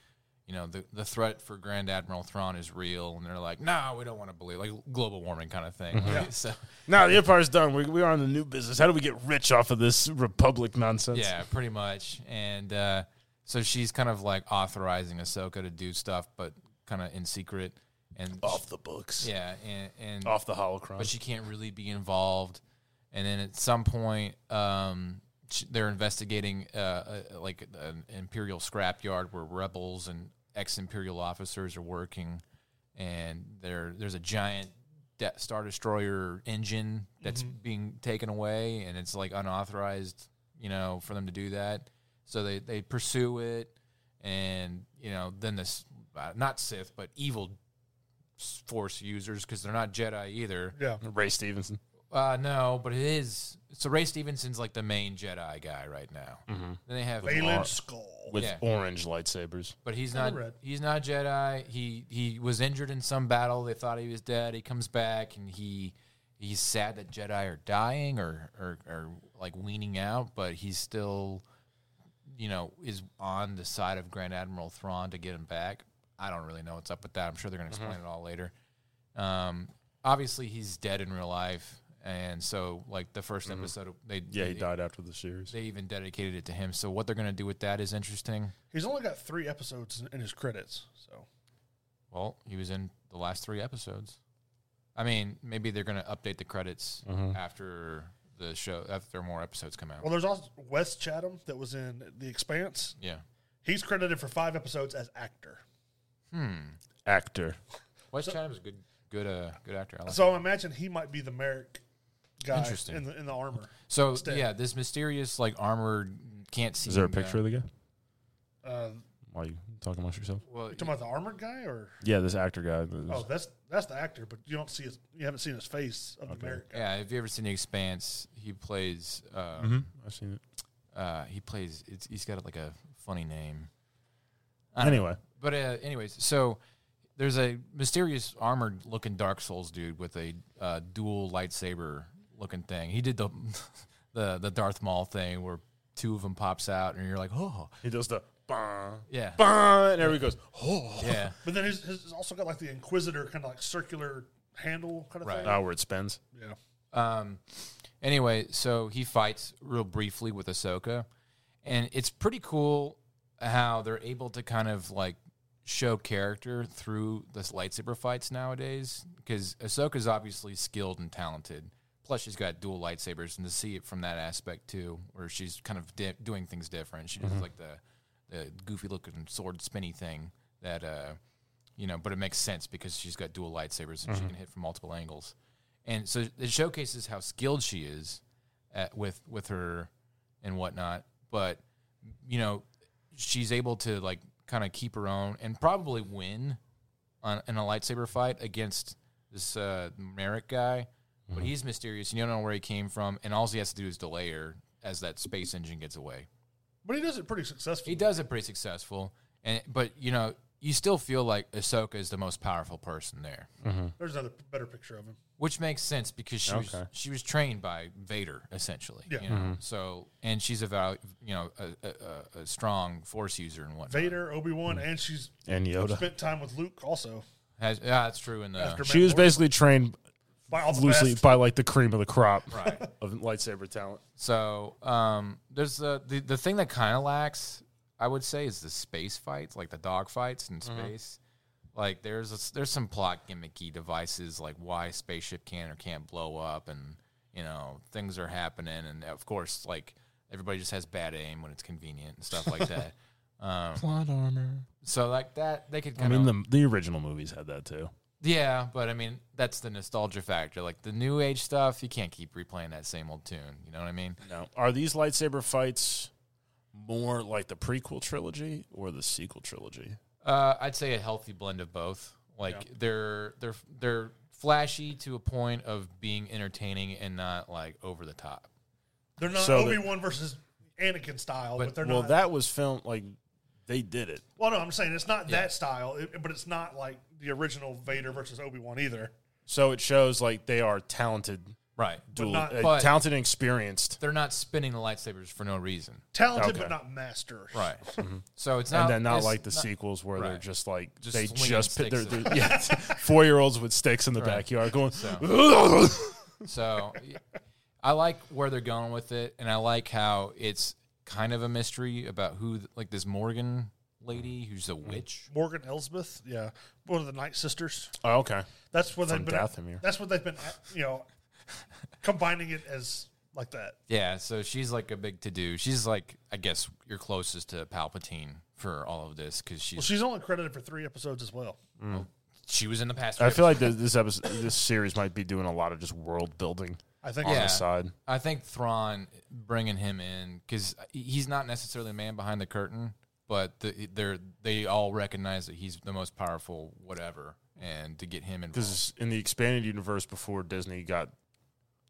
you know, the the threat for Grand Admiral Thrawn is real, and they're like, no, we don't want to believe like global warming kind of thing. Like, So Now the Empire's done. We, we are in the new business. How do we get rich off of this Republic nonsense? yeah, pretty much. And uh, so she's kind of like authorizing Ahsoka to do stuff, but kind of in secret. And off the books, yeah, and, and off the holocron. but she can't really be involved. And then at some point, um, sh- they're investigating uh, a, like an imperial scrapyard where rebels and ex-imperial officers are working, and there there's a giant De- star destroyer engine that's being taken away, and it's like unauthorized, you know, for them to do that. So they they pursue it, and you know, then this uh, not Sith but evil s- force users because they're not Jedi either. Yeah, Ray Stevenson. Uh, no, but it is. So Ray Stevenson's like the main Jedi guy right now. Mm-hmm. Then they have, Balin Skull. with Yeah. orange lightsabers. but he's Kinda not. red. He's not Jedi. He he was injured in some battle. They thought he was dead. He comes back and he he's sad that Jedi are dying or or, or like weaning out, but he's still. You know, is on the side of Grand Admiral Thrawn to get him back. I don't really know what's up with that. I'm sure they're going Mm-hmm. to explain it all later. Um, obviously, he's dead in real life, and so like the 1st episode, they Mm-hmm. Yeah, he they- died after the series. they even dedicated it to him. So what they're going to do with that is interesting. He's only got three episodes in- in his credits, so Well, he was in the last three episodes. I mean, maybe they're going to update the credits Mm-hmm. after the show after more episodes come out. well, there's also Wes Chatham that was in The Expanse. yeah. He's credited for five episodes as actor. Actor. Hmm. Wes Chatham's a good, good, uh, good actor. I like So I imagine he might be the Merrick guy Interesting. in the in the armor. So Instead. yeah, this mysterious like armored can't see. Is there a picture of the guy? Uh, Why are you talking amongst yourself? Well, you talking about the armored guy, or Yeah, this actor guy. this- oh, that's that's the actor, but you don't see his, you haven't seen his face of the Merrick guy. yeah. Have you ever seen The Expanse? He plays. Uh, I've seen it. uh, he plays. It's, he's got like a funny name. Anyway, But uh, anyways, so there's a mysterious armored looking Dark Souls dude with a uh, dual lightsaber looking thing. He did the <laughs> the the Darth Maul thing where two of them pops out and you're like, oh he does the bah, yeah, bah, and everybody goes, oh. yeah, But then he's, he's also got like the Inquisitor kind of like circular handle kind of Right. thing. Now Ah, where it spins. Yeah, Um, anyway, so he fights real briefly with Ahsoka, and it's pretty cool how they're able to kind of like show character through the lightsaber fights nowadays. Because Ahsoka's obviously skilled and talented. Plus, she's got dual lightsabers, and to see it from that aspect too, where she's kind of di- doing things different. She does like the uh, goofy looking sword spinny thing that uh, you know, but it makes sense because she's got dual lightsabers and she can hit from multiple angles, and so it showcases how skilled she is at, with with her and whatnot. But you know, she's able to like kind of keep her own and probably win on, in a lightsaber fight against this uh, Merrick guy. But he's mysterious. and You don't know where he came from, and all he has to do is delay her as that space engine gets away. But he does it pretty successfully. He does it pretty successful, and but you know you still feel like Ahsoka is the most powerful person there, There's another better picture of him. which makes sense because she was she was trained by Vader essentially. Yeah. You know? So and she's a val- you know a, a- a, a strong Force user and whatnot. Vader, Obi Wan, and she's And Hmm. Yoda. spent time with Luke also. Has, yeah, that's true. In the After She was Mandalorian. basically trained by all the loosely best. by like the cream of the crop right. of lightsaber talent. So um, there's the, the the thing that kind of lacks, I would say, is the space fights, like the dog fights in Mm-hmm. space. Like there's a s there's some plot gimmicky devices, like why a spaceship can or can't blow up, and you know things are happening, and of course, like everybody just has bad aim when it's convenient and stuff like <laughs> that. Um, Plot armor. so like that, they could I kind of mean, the, the original movies had that too. yeah, but I mean that's the nostalgia factor. Like the new age stuff, you can't keep replaying that same old tune. You know what I mean? Now, are these lightsaber fights more like the prequel trilogy or the sequel trilogy? Uh, I'd say a healthy blend of both. Like they're they're they're flashy to a point of being entertaining and not like over the top. They're not So Obi that- Wan versus Anakin style, but, But- they're well, not. that was filmed like they did it. well, no, I'm saying it's not Yeah. that style, it, but it's not like the original Vader versus Obi Wan either. So it shows like they are talented, Right. dual, not- uh, but- talented and experienced, They're not spinning the lightsabers for no reason. Talented, but Okay. not master. <laughs> Right. So it's not and then not it's like the not- sequels where they're right. just like Just they swinging just put their, sticks at- their <laughs> yeah, four year olds with sticks in the Right. backyard going. <laughs> Oh, So y- I like where they're going with it, and I like how it's kind of a mystery about who th- like this Morgan lady who's a witch. Morgan Elsbeth, yeah, one of the Night Sisters. Oh, okay. That's what From they've been. Dathomir. That's what they've been. You know, combining it as like that. Yeah, so she's like a big to do. She's like I guess you're closest to Palpatine for all of this because she's Well, she's only credited for three episodes as well. she was in the past. I feel like this, this episode, this series might be doing a lot of just world building I think. on Yeah. the side. I think Thrawn bringing him in because he's not necessarily a man behind the curtain, but the, they're they all recognize that he's the most powerful, whatever, and to get him involved. because in the expanded universe before Disney got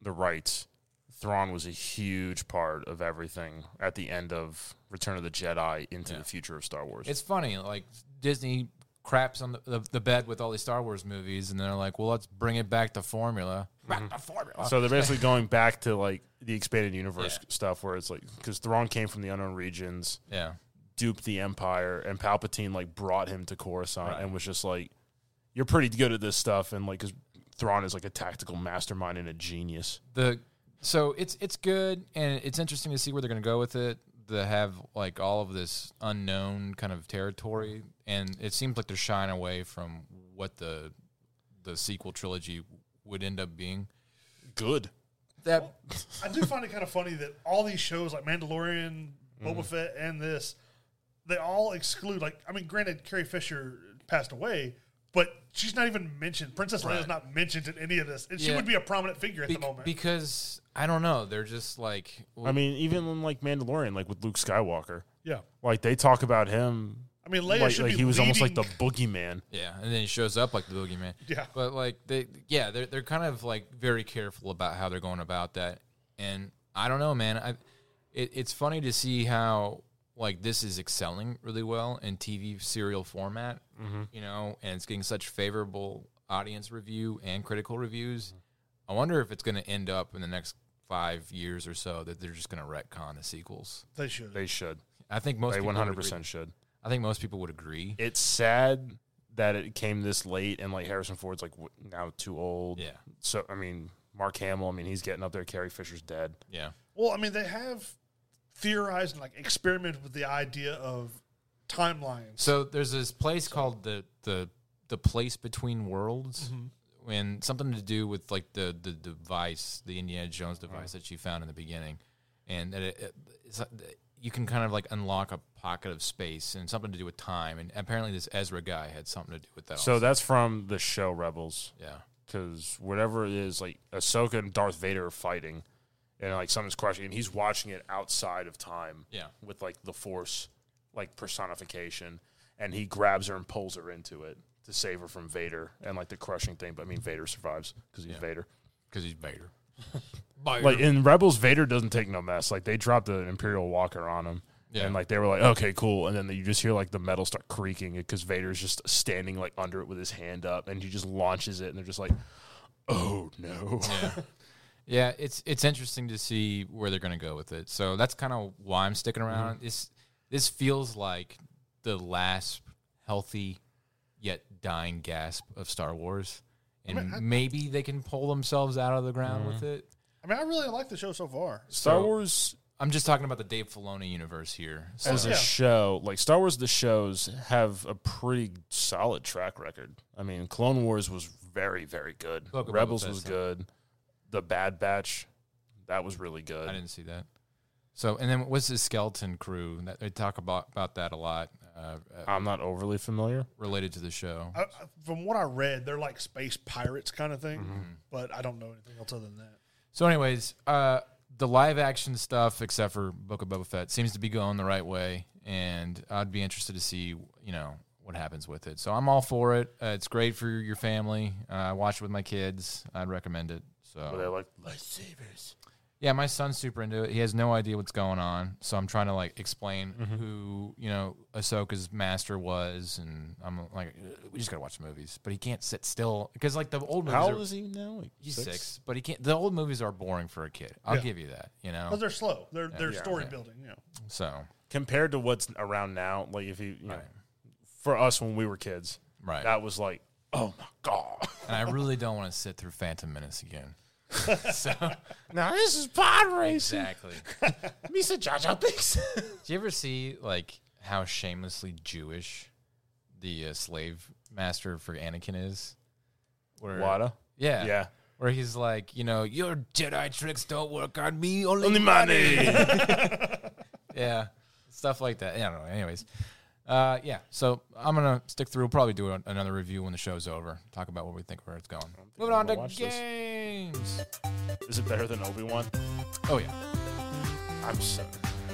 the rights, Thrawn was a huge part of everything at the end of Return of the Jedi into the future of Star Wars. It's funny, like Disney craps on the, the, the bed with all these Star Wars movies, and they're like, "Well, let's bring it back to formula." Back to formula. so they're basically going back to like the expanded universe Yeah. stuff where it's like because Thrawn came from the unknown regions, yeah, duped the Empire, and Palpatine like brought him to Coruscant and was just like, "You're pretty good at this stuff," and like 'cause Thrawn is like a tactical mastermind and a genius. the so it's it's good and it's interesting to see where they're going to go with it to have like all of this unknown kind of territory and it seems like they're shying away from what the the sequel trilogy would end up being Good. that I do find it kind of funny that all these shows like Mandalorian, Mm-hmm. Boba Fett, and this, they all exclude. Like, I mean, granted, Carrie Fisher passed away, but she's not even mentioned. Princess Leia's not mentioned in any of this, and she Yeah. would be a prominent figure at be- the moment. because i don't know they're just like I mean, even in, like Mandalorian, like with Luke Skywalker, yeah, Like they talk about him. I mean, Leia like should like be he was almost like the leading- boogeyman. yeah and then he shows up like the boogeyman Yeah. but like they yeah they're, they're kind of like very careful about how they're going about that and i don't know man i it, it's funny to see how like this is excelling really well in tv serial format Mm-hmm. you know and it's getting such favorable audience review and critical reviews i wonder if it's going to end up in the next five years or so that they're just going to retcon the sequels they should. They should. i think most they people one would hundred agree. percent should. i think most people would agree It's sad that it came this late, and like Harrison Ford's like w- now too old. Yeah. So I mean, Mark Hamill. I mean, he's getting up there. Carrie Fisher's dead. yeah Well, I mean, they have theorized and like experimented with the idea of timelines. So there's this place called the the the place between worlds, and something to do with like the the device, the Indiana Jones device that she found in the beginning, and that it, it- it's, like- you can kind of like unlock a pocket of space and something to do with time. And apparently, this Ezra guy had something to do with that. So also. that's from the show Rebels. yeah, because whatever it is, like Ahsoka and Darth Vader are fighting, and like something's crashing, and he's watching it outside of time, Yeah. with like the Force, like personification, and he grabs her and pulls her into it to save her from Vader and like the crushing thing. But I mean, Vader survives because he's Vader. because he's <laughs> Vader. Like in Rebels, Vader doesn't take no mess. Like they dropped the Imperial Walker on him. Yeah. And like they were like, okay, cool, and then you just hear like the metal start creaking because Vader's just standing like under it with his hand up, and he just launches it, and they're just like, "Oh no!" <laughs> Yeah, it's it's interesting to see where they're going to go with it. So that's kind of why I'm Mm-hmm. sticking around. This this feels like the last healthy yet dying gasp of Star Wars, and maybe they can pull themselves out of the ground Mm-hmm. with it. I mean, I really like the show so far. Star So- Wars I'm just talking about the Dave Filoni universe here. So as Yeah. a show, like Star Wars, the shows have a pretty solid track record. I mean, Clone Wars was very, very good. Book of Rebels Boba Fett's was not- good. The Bad Batch, that was really good. I didn't see that. So and then what's the skeleton crew? That, they talk about about that a lot uh, uh, I'm not overly familiar. related to the show. I, I- from what I read, they're like space pirates kind of thing, but I don't know anything else other than that. So, anyways, uh, the live action stuff, except for Book of Boba Fett, seems to be going the right way, and I'd be interested to see, you know, what happens with it. So I'm all for it. Uh, it's great for your family. Uh, I watch it with my kids. I'd recommend it. But they're So like lightsabers. yeah, my son's super into it. He has no idea what's going on, so I'm trying to like explain who you know Ahsoka's master was, and I'm like, we just gotta watch the movies. But he can't sit still because like the old movies. How are- old is he now? Like He's six? but he can't. The old movies are boring for a kid. I'll Yeah. give you that. You know, But they're slow. They're they're Yeah. story Yeah. building. You know. So Compared to what's around now, like if you, you know, for us when we were kids, right, that was like, oh my <laughs> god. and I really don't want to sit through Phantom Menace again. so now this is pod racing. exactly. Misa Jaja Binks. Do you ever see like how shamelessly Jewish the uh, slave master for Anakin is? Where Wada. Yeah, Yeah. Where he's like, you know, your Jedi tricks don't work on me, only, Only money. <laughs> yeah, stuff like that. Yeah, I don't know. Anyways, uh, yeah. So I'm gonna stick through. We'll probably do an- another review when the show's over. Talk about where we think where it's going. Moving on I'm to gonna watch this. games. Is it better than Obi Wan? Oh yeah, I'm so.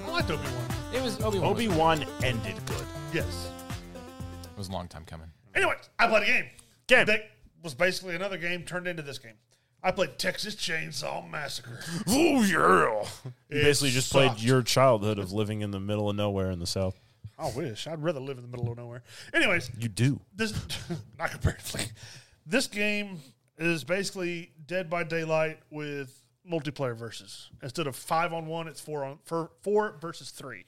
I liked Obi Wan. it was Obi Wan. Obi Wan ended good. Yes. It was a long time coming. Anyway, I played a game. Game. That was basically another game turned into this game. I played Texas Chainsaw Massacre. Ooh, yeah. You It basically just sucked. played your childhood of living in the middle of nowhere in the South. <laughs> I wish. I'd rather live in the middle of nowhere. Anyways, You do. this <laughs> not comparatively. This game is basically Dead by Daylight with multiplayer versus. Instead of five on one, it's four on for four versus three.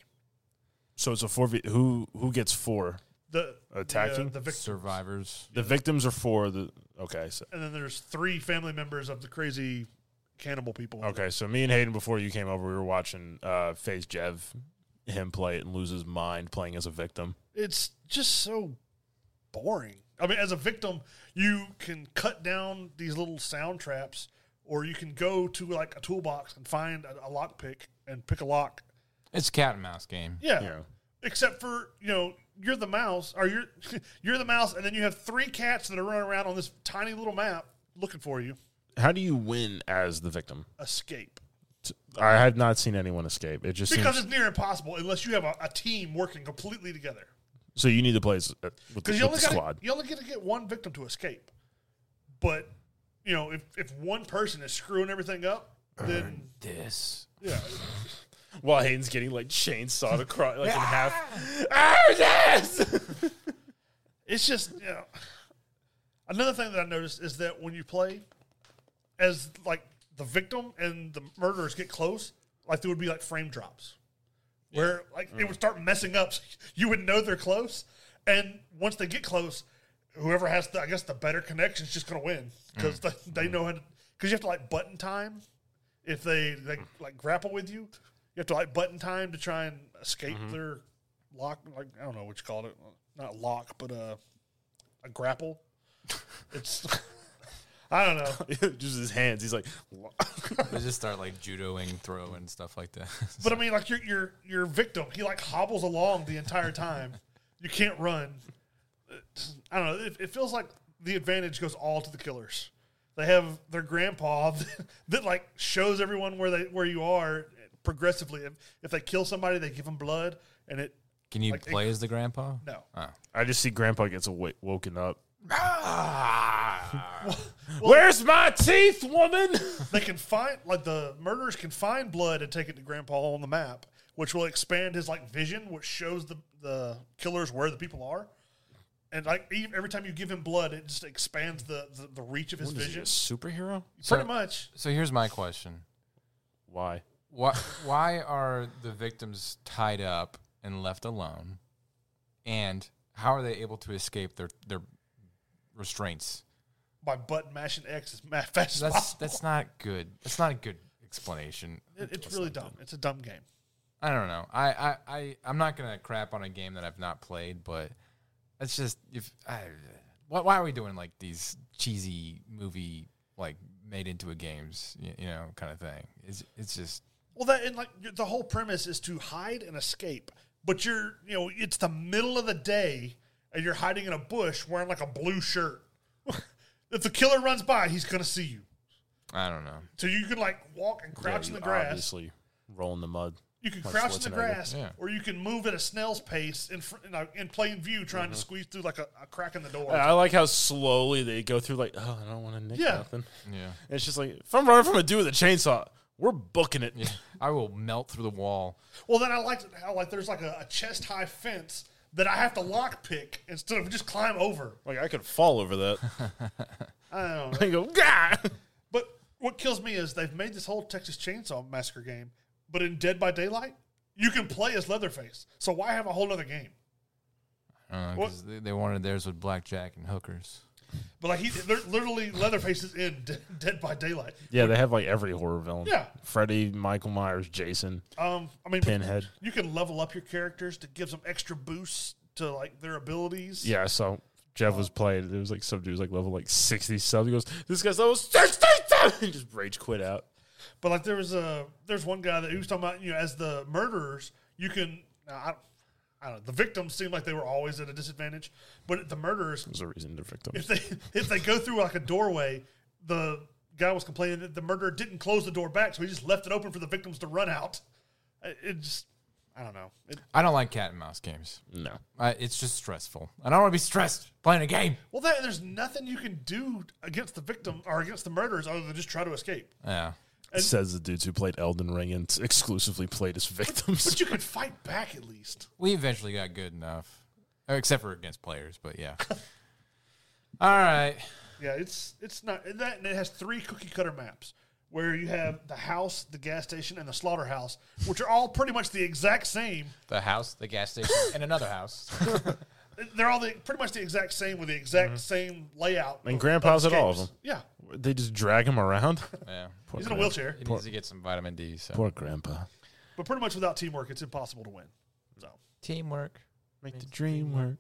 So it's a four v. Who who gets four? The Attacking? the, uh, the victim, Survivors. The victims are four. The okay. So and then there's three family members of the crazy cannibal people. okay. So me and Hayden before you came over, we were watching uh, Phase Jev him play it and lose his mind playing as a victim. it's just so boring. I mean, as a victim, you can cut down these little sound traps, or you can go to like a toolbox and find a, a lock pick and pick a lock. It's a cat and mouse game. Yeah. Yeah. Except for you know you're the mouse, or you're <laughs> you're the mouse, and then you have three cats that are running around on this tiny little map looking for you. How do you win as the victim? Escape I have not seen anyone escape. It just because seems, it's near impossible unless you have a, a team working completely together. so you need to play as, uh, with the, Because you with only the got squad. you only get to get one victim to escape. But you know, if if one person is screwing everything up, then This. yeah, <laughs> While Hayden's getting like chainsawed across, <laughs> like in half. it's just you know. Another thing that I noticed is that when you play, as like the victim and the murderers get close, like there would be like frame drops, where like it would start messing up. <laughs> so you would know they're close, and once they get close, whoever has the I guess the better connection is just going to win because they, they know how to because you have to like button time if they they like grapple with you, you have to like button time to try and escape their lock. Like I don't know what you call it, not lock, but uh, a grapple. It's <laughs> I don't know. <laughs> Just his hands. He's like, <laughs> They just start like judoing, throw, and stuff like that. But I mean, like your your your victim, he like hobbles along the entire time. You can't run. It's- I don't know. It, it feels like the advantage goes all to the killers. They have their grandpa <laughs> that like shows everyone where they where you are progressively. If, if they kill somebody, they give them blood, and it Can you Like, play as the grandpa? no. I just see Grandpa gets awa- woken up. Ah! <laughs> Where's my teeth, woman? They can find like the murderers can find blood and take it to grandpa on the map, which will expand his like vision, which shows the the killers where the people are. And like e- every time you give him blood, it just expands the the, the reach of his vision. superhero? Pretty much. So here's my question: Why? why, why are the victims tied up and left alone? And how are they able to escape their their restraints? By button mashing X as ma- <laughs> fast as That's possible. that's not good. That's not a good explanation. It- it's really dumb. It's a dumb game. I don't know. I, I, I I'm not gonna crap on a game that I've not played, but it's just if I, why, why are we doing like these cheesy movie like made into a games you, you know kind of thing? It's it's just Well, that and like y- the whole premise is to hide and escape, but you're you know it's the middle of the day and you're hiding in a bush wearing like a blue shirt. <laughs> if the killer runs by, he's gonna see you. I don't know. So you can like walk and crouch in the grass. Obviously, roll in the mud. You can Like crouch in the Schwarzenegger. grass, Yeah. or you can move at a snail's pace in fr- in, a, in plain view, trying Mm-hmm. to squeeze through like a, a crack in the door. I like how slowly they go through. Like, oh, I don't want to nick Yeah. nothing. Yeah, It's just like if I'm running from a dude with a chainsaw, we're booking it. I will melt through the wall. well, then I liked how like there's like a, a chest high fence that I have to lock pick instead of just climb over. Like I could <laughs> fall over that. <laughs> I don't know. I go, Gah! But what kills me is they've made this whole Texas Chainsaw Massacre game, but in Dead by Daylight, you can play as Leatherface. So why have a whole other game? Uh, 'cause they, they wanted theirs with blackjack and hookers. But like he, they're literally Leatherface is in <laughs> De- Dead by Daylight. Yeah, they have like every horror villain. Yeah. Freddy, Michael Myers, Jason, Um, I mean, Pinhead. you can level up your characters to give them extra boosts to like their abilities. Yeah, so Jeff was playing. There was like some dude was like level like sixty something. He goes, "This guy's level 67! <laughs> He just rage quit out. But like there was a there's one guy that he was talking about you know as the murderers you can now, I, I don't know the victims seem like they were always at a disadvantage, but the murderers There's a reason to victim. if they <laughs> if they go through like a doorway, the guy was complaining that the murderer didn't close the door back, so he just left it open for the victims to run out. It, it just I don't know. It, I don't like cat and mouse games. No, I, it's just stressful. I don't want to be stressed playing a game. well, that, there's nothing you can do against the victim or against the murderers other than just try to escape. Yeah. it says the dudes who played Elden Ring and exclusively played as victims. But you can fight back at least. We eventually got good enough, Uh, except for against players. But <laughs> yeah. All right. Yeah, it's it's not and that, and it has three cookie cutter maps where you have the house, the gas station, and the slaughterhouse, which are all pretty much the exact same. The house, the gas station, and another <laughs> house. They're all the, pretty much the exact same with the exact same layout. And Grandpa's at all of escapes. them. Yeah, they just drag him <laughs> around. Yeah. he's in a wheelchair. He needs to get some vitamin D. So Poor Grandpa. But pretty much without teamwork, it's impossible to win. So teamwork. Make the dream work.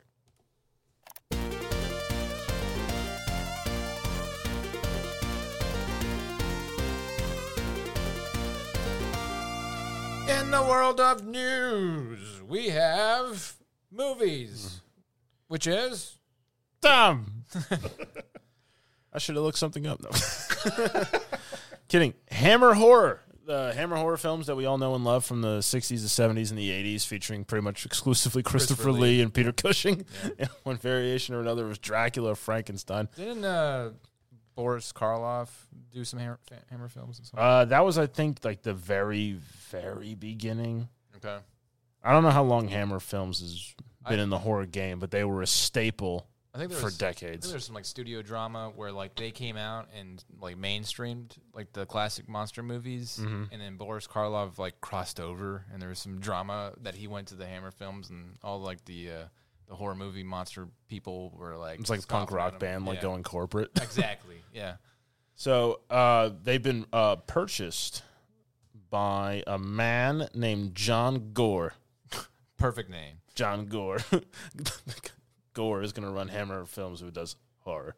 In the world of news, we have movies, which is <laughs> Dumb. I should have looked something up. No. <laughs> Kidding. Hammer horror. The Hammer horror films that we all know and love from the 60s, the 70s, and the 80s, featuring pretty much exclusively Christopher, Christopher Lee. and Peter Cushing. <laughs> And one variation or another was Dracula, Frankenstein. didn't uh, Boris Karloff do some hammer, fa- hammer films and something? Uh, that was, I think, like the very, very beginning. Okay. I don't know how long Hammer Films has been in the horror game, but they were a staple I think there for was, I think decades. there was some like studio drama where like they came out and like mainstreamed like the classic monster movies, Mm-hmm. and then Boris Karloff like crossed over, and there was some drama that he went to the Hammer films and all like the uh, the horror movie monster people were like It's like a punk scoffing at rock him. band, like Yeah. going corporate. <laughs> exactly yeah <laughs> So uh, they've been uh, purchased by a man named John Gore. perfect name <laughs> John Gore. Gore is going to run Hammer Films, who does horror.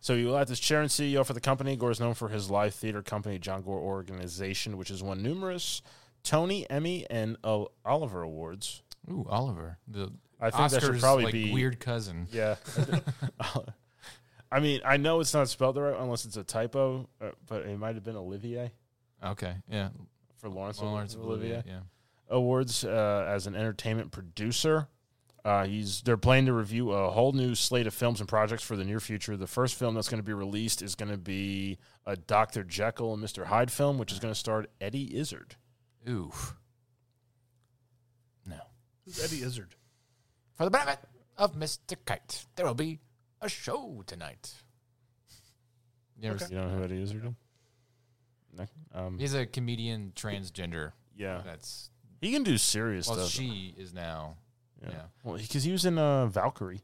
So you will have this chair and CEO for the company. Gore is known for his live theater company, John Gore Organization, which has won numerous Tony, Emmy, and uh, Oliver Awards. Ooh, Oliver. The I think Oscars, that should probably like, be- weird cousin. Yeah. <laughs> I mean, I know it's not spelled the right unless it's a typo, uh, but it might have been Olivier Okay, yeah. for Lawrence, Lawrence of Olivia. Yeah. Awards uh, as an entertainment producer. Uh, he's they're planning to review a whole new slate of films and projects for the near future. The first film that's going to be released is going to be a Dr. Jekyll and Mr. Hyde film, which is going to star Eddie Izzard. Ooh. No. Who's Eddie Izzard? For the benefit of Mr. Kite, there will be a show tonight. You ever You know who Eddie Izzard is? No? Um, He's a comedian, transgender. yeah, That's he can do serious well, stuff. she is now. yeah, yeah. well, because he was in uh, Valkyrie,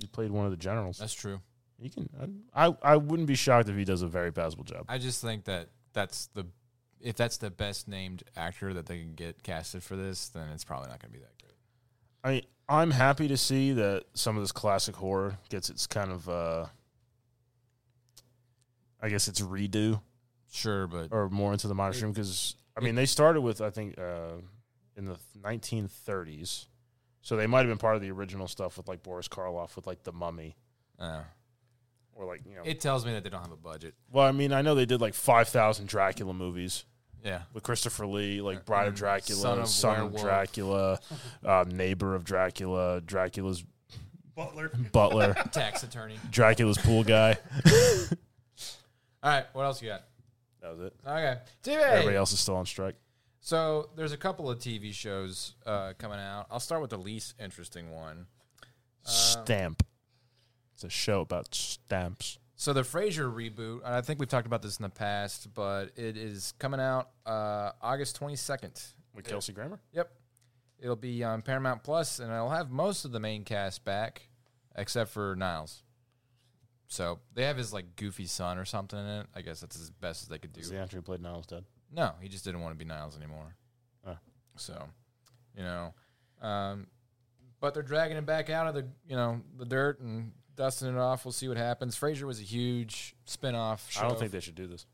he played one of the generals. That's true. He can. I, I I wouldn't be shocked if he does a very passable job. I just think that that's the if that's the best named actor that they can get casted for this, then it's probably not going to be that great. I mean, I'm happy to see that some of this classic horror gets its kind of, uh, I guess it's redo Sure, but or more into the modern stream because I mean they started with I think uh, in the 1930s, so they might have been part of the original stuff with like Boris Karloff with like the Mummy uh, or like you know. it tells me that they don't have a budget. well, I mean I know they did like 5,000 Dracula movies. Yeah, with Christopher Lee, like Bride of and Dracula, Uh, mm, Son Son of of, Werewolf. <laughs> Dracula, um, Neighbor of Dracula, Dracula's Butler. butler, <laughs> tax attorney. Dracula's pool guy. All right, what else you got? <laughs> That was it. Okay, Everybody TV. else is still on strike. So there's a couple of TV shows uh, coming out. I'll start with the least interesting one. Um, Stamp. It's a show about stamps. So the Frasier reboot. And I think we've talked about this in the past, but it is coming out uh, August 22nd. With Kelsey Grammer? Yep. It'll be on Paramount Plus, and it'll have most of the main cast back, except for Niles. So they have his like goofy son or something in it. I guess that's as best as they could do. Is the actor who played Niles dead? No, he just didn't want to be Niles anymore. Oh. So, you know, um, but they're dragging him back out of the you know the dirt and dusting it off. We'll see what happens. Frasier was a huge spinoff. Show I don't think they should do this.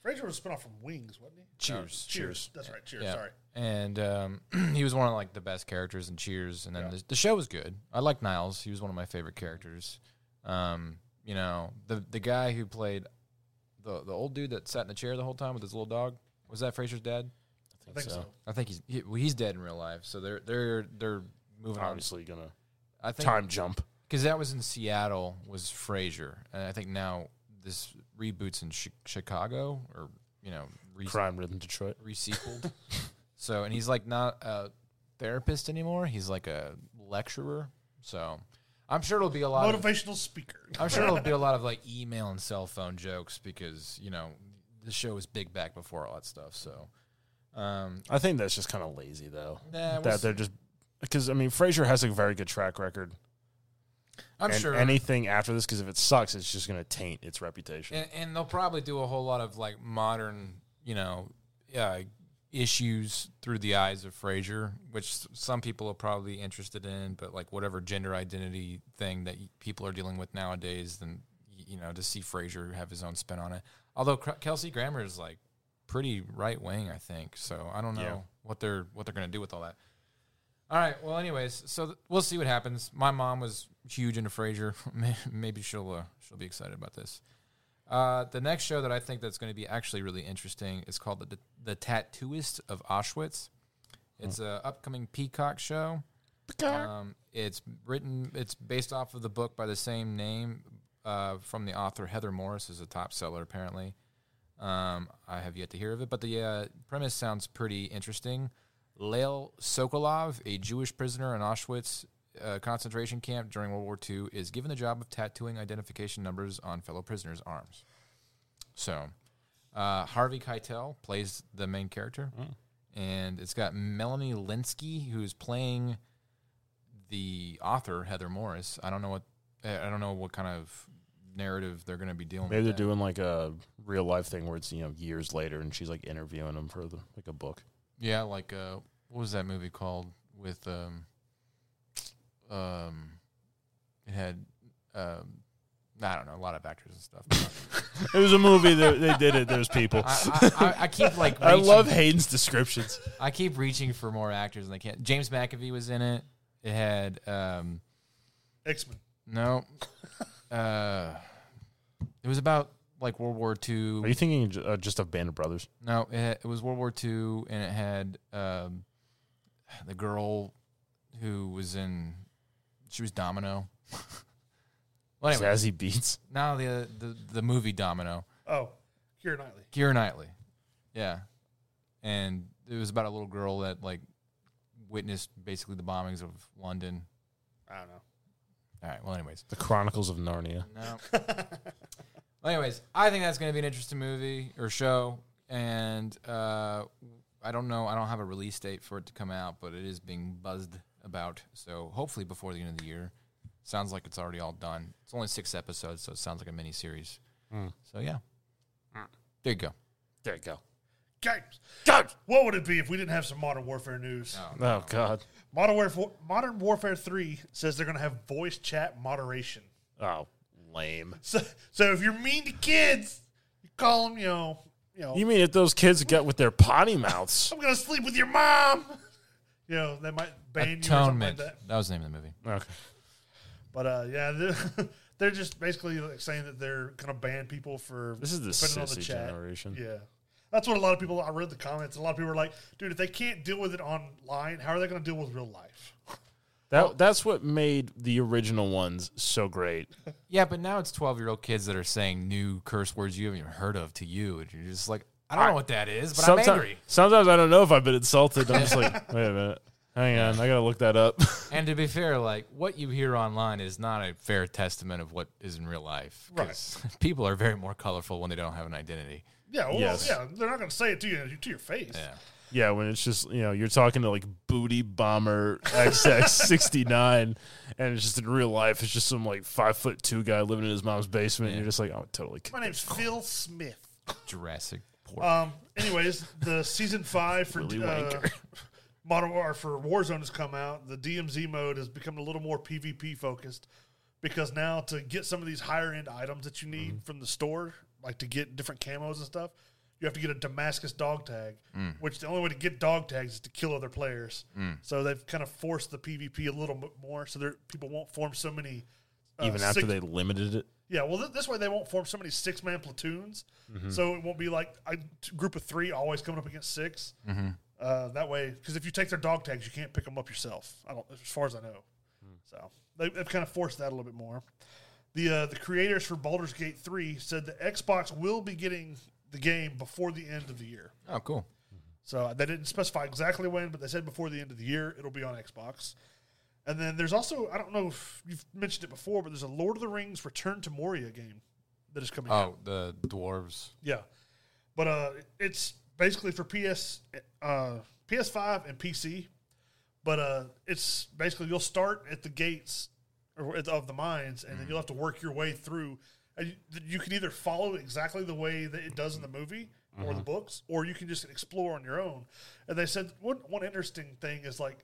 Frazier was a spinoff from Wings, wasn't he? Cheers. Cheers. That's right. Cheers. Yeah. Sorry. And um, <clears throat> he was one of like the best characters in Cheers, and then the, the show was good. I liked Niles; he was one of my favorite characters. Um, you know, the the guy who played the the old dude that sat in the chair the whole time with his little dog was that Fraser's dad? I think so. I think he's he, well, he's dead in real life, so they're they're they're moving Obviously gonna on. I think Um, time jump. because that was in Seattle was Frasier, and I think now this reboots in chi- Chicago or you know re- Crime ridden Detroit. resequeled. <laughs> so, and he's like not a therapist anymore. He's like a lecturer. So, I'm sure it'll be a lot. Of, Motivational speaker. I'm sure <laughs> it'll be a lot of like email and cell phone jokes because you know the show was big back before all that stuff. So, um, I think that's just kind of lazy though. Nah, we'll that s- they're just because I mean Frasier has a very good track record. I'm and sure anything after this, because if it sucks, it's just gonna taint its reputation. and, and they'll probably do a whole lot of like modern, you know, uh, issues through the eyes of Frasier, which s- some people are probably interested in. But like whatever gender identity thing that y- people are dealing with nowadays, then y- you know, to see Frasier have his own spin on it. Although Cr- Kelsey Grammer is like pretty right wing, I think. So I don't know Yeah. what they're what they're gonna do with all that. All right. Well, anyways, so th- we'll see what happens. My mom was huge into Frasier. <laughs> May- Maybe she'll uh, she'll be excited about this. Uh, the next show that I think that's going to be actually really interesting is called the the Tattooist of Auschwitz. It's an upcoming Peacock show. Um, it's written. It's based off of the book by the same name uh, from the author Heather Morris, is a top seller apparently. Um, I have yet to hear of it, but the uh, premise sounds pretty interesting. Lael Sokolov, a Jewish prisoner in Auschwitz uh, concentration camp during World War II, is given the job of tattooing identification numbers on fellow prisoners' arms. So, uh, Harvey Keitel plays the main character, Mm. and it's got Melanie Linsky, who's playing the author Heather Morris. I don't know what I don't know what kind of narrative they're going to be dealing Maybe with. they're that. doing like a real life thing where it's you know years later, and she's like interviewing him for the, like a book. Yeah, like uh, what was that movie called with um, um, it had um, I don't know, a lot of actors and stuff. It was a movie that they did it. There's people. <laughs> I, I, I, I keep <laughs> like reaching, love Hayden's descriptions. I keep reaching for more actors and they can't. James McAvee was in it. It had um, X Men. no. Uh, it was about like World War II. Are you thinking ju- uh, just of Band of Brothers? No, it, had- it was World War II, and it had um, the girl who was in. She was Domino. <laughs> well, anyway, Zazzy Beats. now the, the the movie Domino, Oh, Keira Knightley. Keira Knightley, yeah, and it was about a little girl that like witnessed basically the bombings of London. I don't know. All right. Well, anyways, The Chronicles of Narnia. no. well, anyways, I think that's going to be an interesting movie or show, and uh, I don't know. I don't have a release date for it to come out, but it is being buzzed about. So hopefully before the end of the year. Sounds like it's already all done. It's only six episodes, so it sounds like a mini series. Hmm. So yeah, there you go. There you go. Games. What would it be if we didn't have some Modern Warfare news? Oh God. Modern Warfare, Modern Warfare 3 says they're going to have voice chat moderation. Oh, lame. So, so if you're mean to kids, you call them, you know, you know, You mean if those kids got with their potty mouths? I'm going to sleep with your mom. <laughs> You know, they might ban Atonement. you or something like that. that was the name of the movie. <laughs> Okay. But uh, yeah, <laughs> they're, they're just basically like saying that they're going to ban people for This is the depending on sissy chat. generation. Yeah. That's what a lot of people, I read the comments, a lot of people were like, dude, if they can't deal with it online, how are they going to deal with real life? That that's what made the original ones so great. Yeah, but now it's twelve-year-old kids that are saying new curse words you haven't even heard of to you, and you're just like, I don't know what that is, but sometimes, I'm angry. sometimes I don't know if I've been insulted. I'm just <laughs> like, wait a minute, hang on, I gotta look that up. <laughs> And to be fair, like what you hear online is not a fair testament of what is in real life. 'cause <laughs> People are very more colorful when they don't have an identity. Yeah, well, Yes. yeah, they're not going to say it to you to your face. Yeah. yeah, when it's just you know you're talking to like booty bomber XX69, and it's just in real life, it's just some like five foot two guy living in his mom's basement. And you're just like, oh, totally. My name's Phil Smith. Jurassic Pork. Um, anyways, the season five for Willy uh, Wanker. <laughs> Modern War for Warzone has come out. The DMZ mode has become a little more PvP focused because now to get some of these higher end items that you need Mm-hmm. from the store, like to get different camos and stuff, you have to get a Damascus dog tag, Mm. which the only way to get dog tags is to kill other players. So they've kind of forced the PvP a little bit more, so there people won't form so many. uh, Even after six- they limited it, yeah, well, th- this way they won't form so many six man platoons, so it won't be like a t- group of three always coming up against 6 Uh, that way, because if you take their dog tags, you can't pick them up yourself. I don't, as far as I know. So they, they've kind of forced that a little bit more. The uh, the creators for Baldur's Gate three said that Xbox will be getting the game before the end of the year. oh, cool. So uh, they didn't specify exactly when, but they said before the end of the year it'll be on Xbox. And then there's also I don't know if you've mentioned it before, but there's a Lord of the Rings Return to Moria game that is coming out. Oh, the dwarves. Yeah, but uh, it's basically for PS, uh, PS5 and PC. But uh, it's basically you'll start at the gates or at- of the mines, Mm-hmm. and then you'll have to work your way through. And you, you can either follow exactly the way that it does in the movie Mm-hmm. or the books, or you can just explore on your own. And they said one one interesting thing is like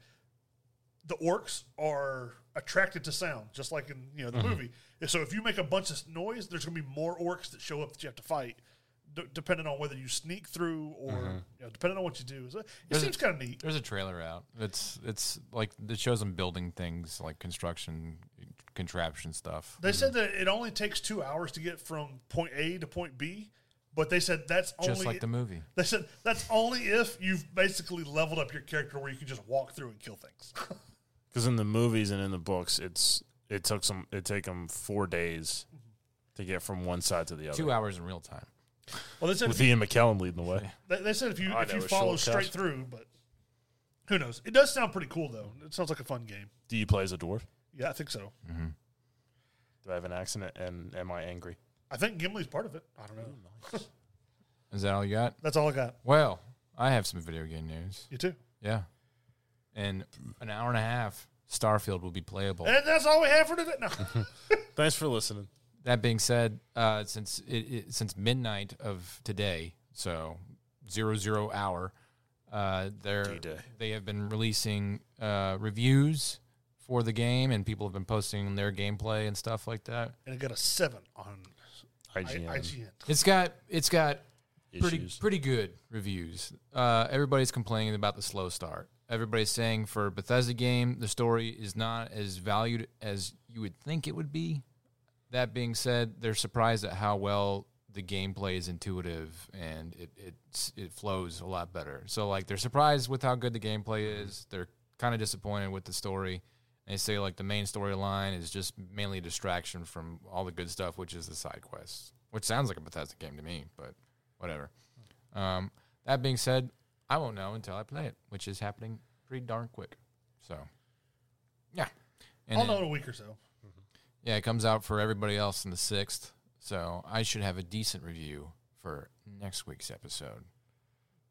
the orcs are attracted to sound, just like in you know the Mm-hmm. movie. And so if you make a bunch of noise, there's going to be more orcs that show up that you have to fight, d- depending on whether you sneak through or you know, depending on what you do. So it Mm-hmm. There's a- seems kind of neat. There's a trailer out. It's it's like it shows them building things like construction contraption stuff. They said that it only takes two hours to get from point A to point B, but they said that's only Oh, Just like the movie. They said that's only if you've basically leveled up your character where you can just walk through and kill things. because in the movies and in the books, it's it took some it take them four days to get from one side to the other. Two hours in real time. well, they said with Ian McKellen leading the way. They, they said if you I if know you a follow shortcut. straight through, but who knows? It does sound pretty cool though. It sounds like a fun game. Do you play as a dwarf? Yeah, I think so. Do I have an accident and am I angry? I think Gimli's part of it. I don't know. Is that all you got? That's all I got. Well, I have some video game news. You too. Yeah. In an hour and a half, Starfield will be playable. And that's all we have <laughs> for today. No. Thanks for listening. that being said, uh, since it, it, since midnight of today, so zero zero hour, uh, they're, D-Day. they have been releasing uh, reviews for the game, and people have been posting their gameplay and stuff like that. and it got a seven on I- IGN. IGN. It's got it's got pretty Issues. pretty good reviews. Uh, everybody's complaining about the slow start. Everybody's saying for a Bethesda game, the story is not as valued as you would think it would be. That being said, they're surprised at how well the gameplay is intuitive and it it it flows a lot better. So like they're surprised with how good the gameplay is. They're kind of disappointed with the story. They say like the main storyline is just mainly a distraction from all the good stuff, which is the side quests, which sounds like a Bethesda game to me, but whatever. Um, that being said, I won't know until I play it, which is happening pretty darn quick. So, yeah. And I'll then- know in a week or so. yeah, it comes out for everybody else in the sixth, so I should have a decent review for next week's episode.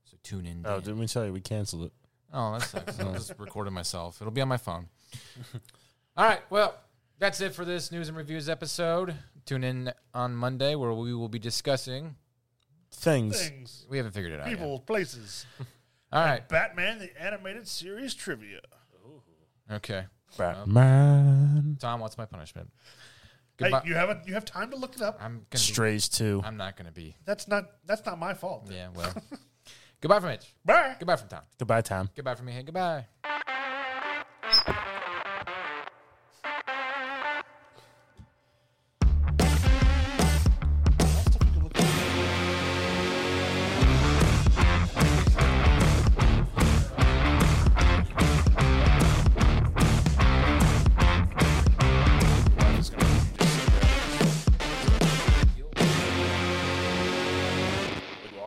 So tune in. Oh, then. didn't we tell you we canceled it? oh that <laughs> sucks. I'll just record it myself. It'll be on my phone. <laughs> All right. Well, that's it for this news and reviews episode. Tune in on Monday where we will be discussing. Things. Things, We haven't figured it out. yet. people, places. All right. Batman the animated series trivia. Okay. Batman. Tom, what's my punishment? Hey, Goodbye. you have a, you have time to look it up. I'm gonna. Be, Strays too. I'm not gonna <laughs> be. That's not that's not my fault. Yeah. Well. goodbye from Mitch. Bye. Goodbye from Tom. Goodbye, Tom. Goodbye from me. Hey. Goodbye.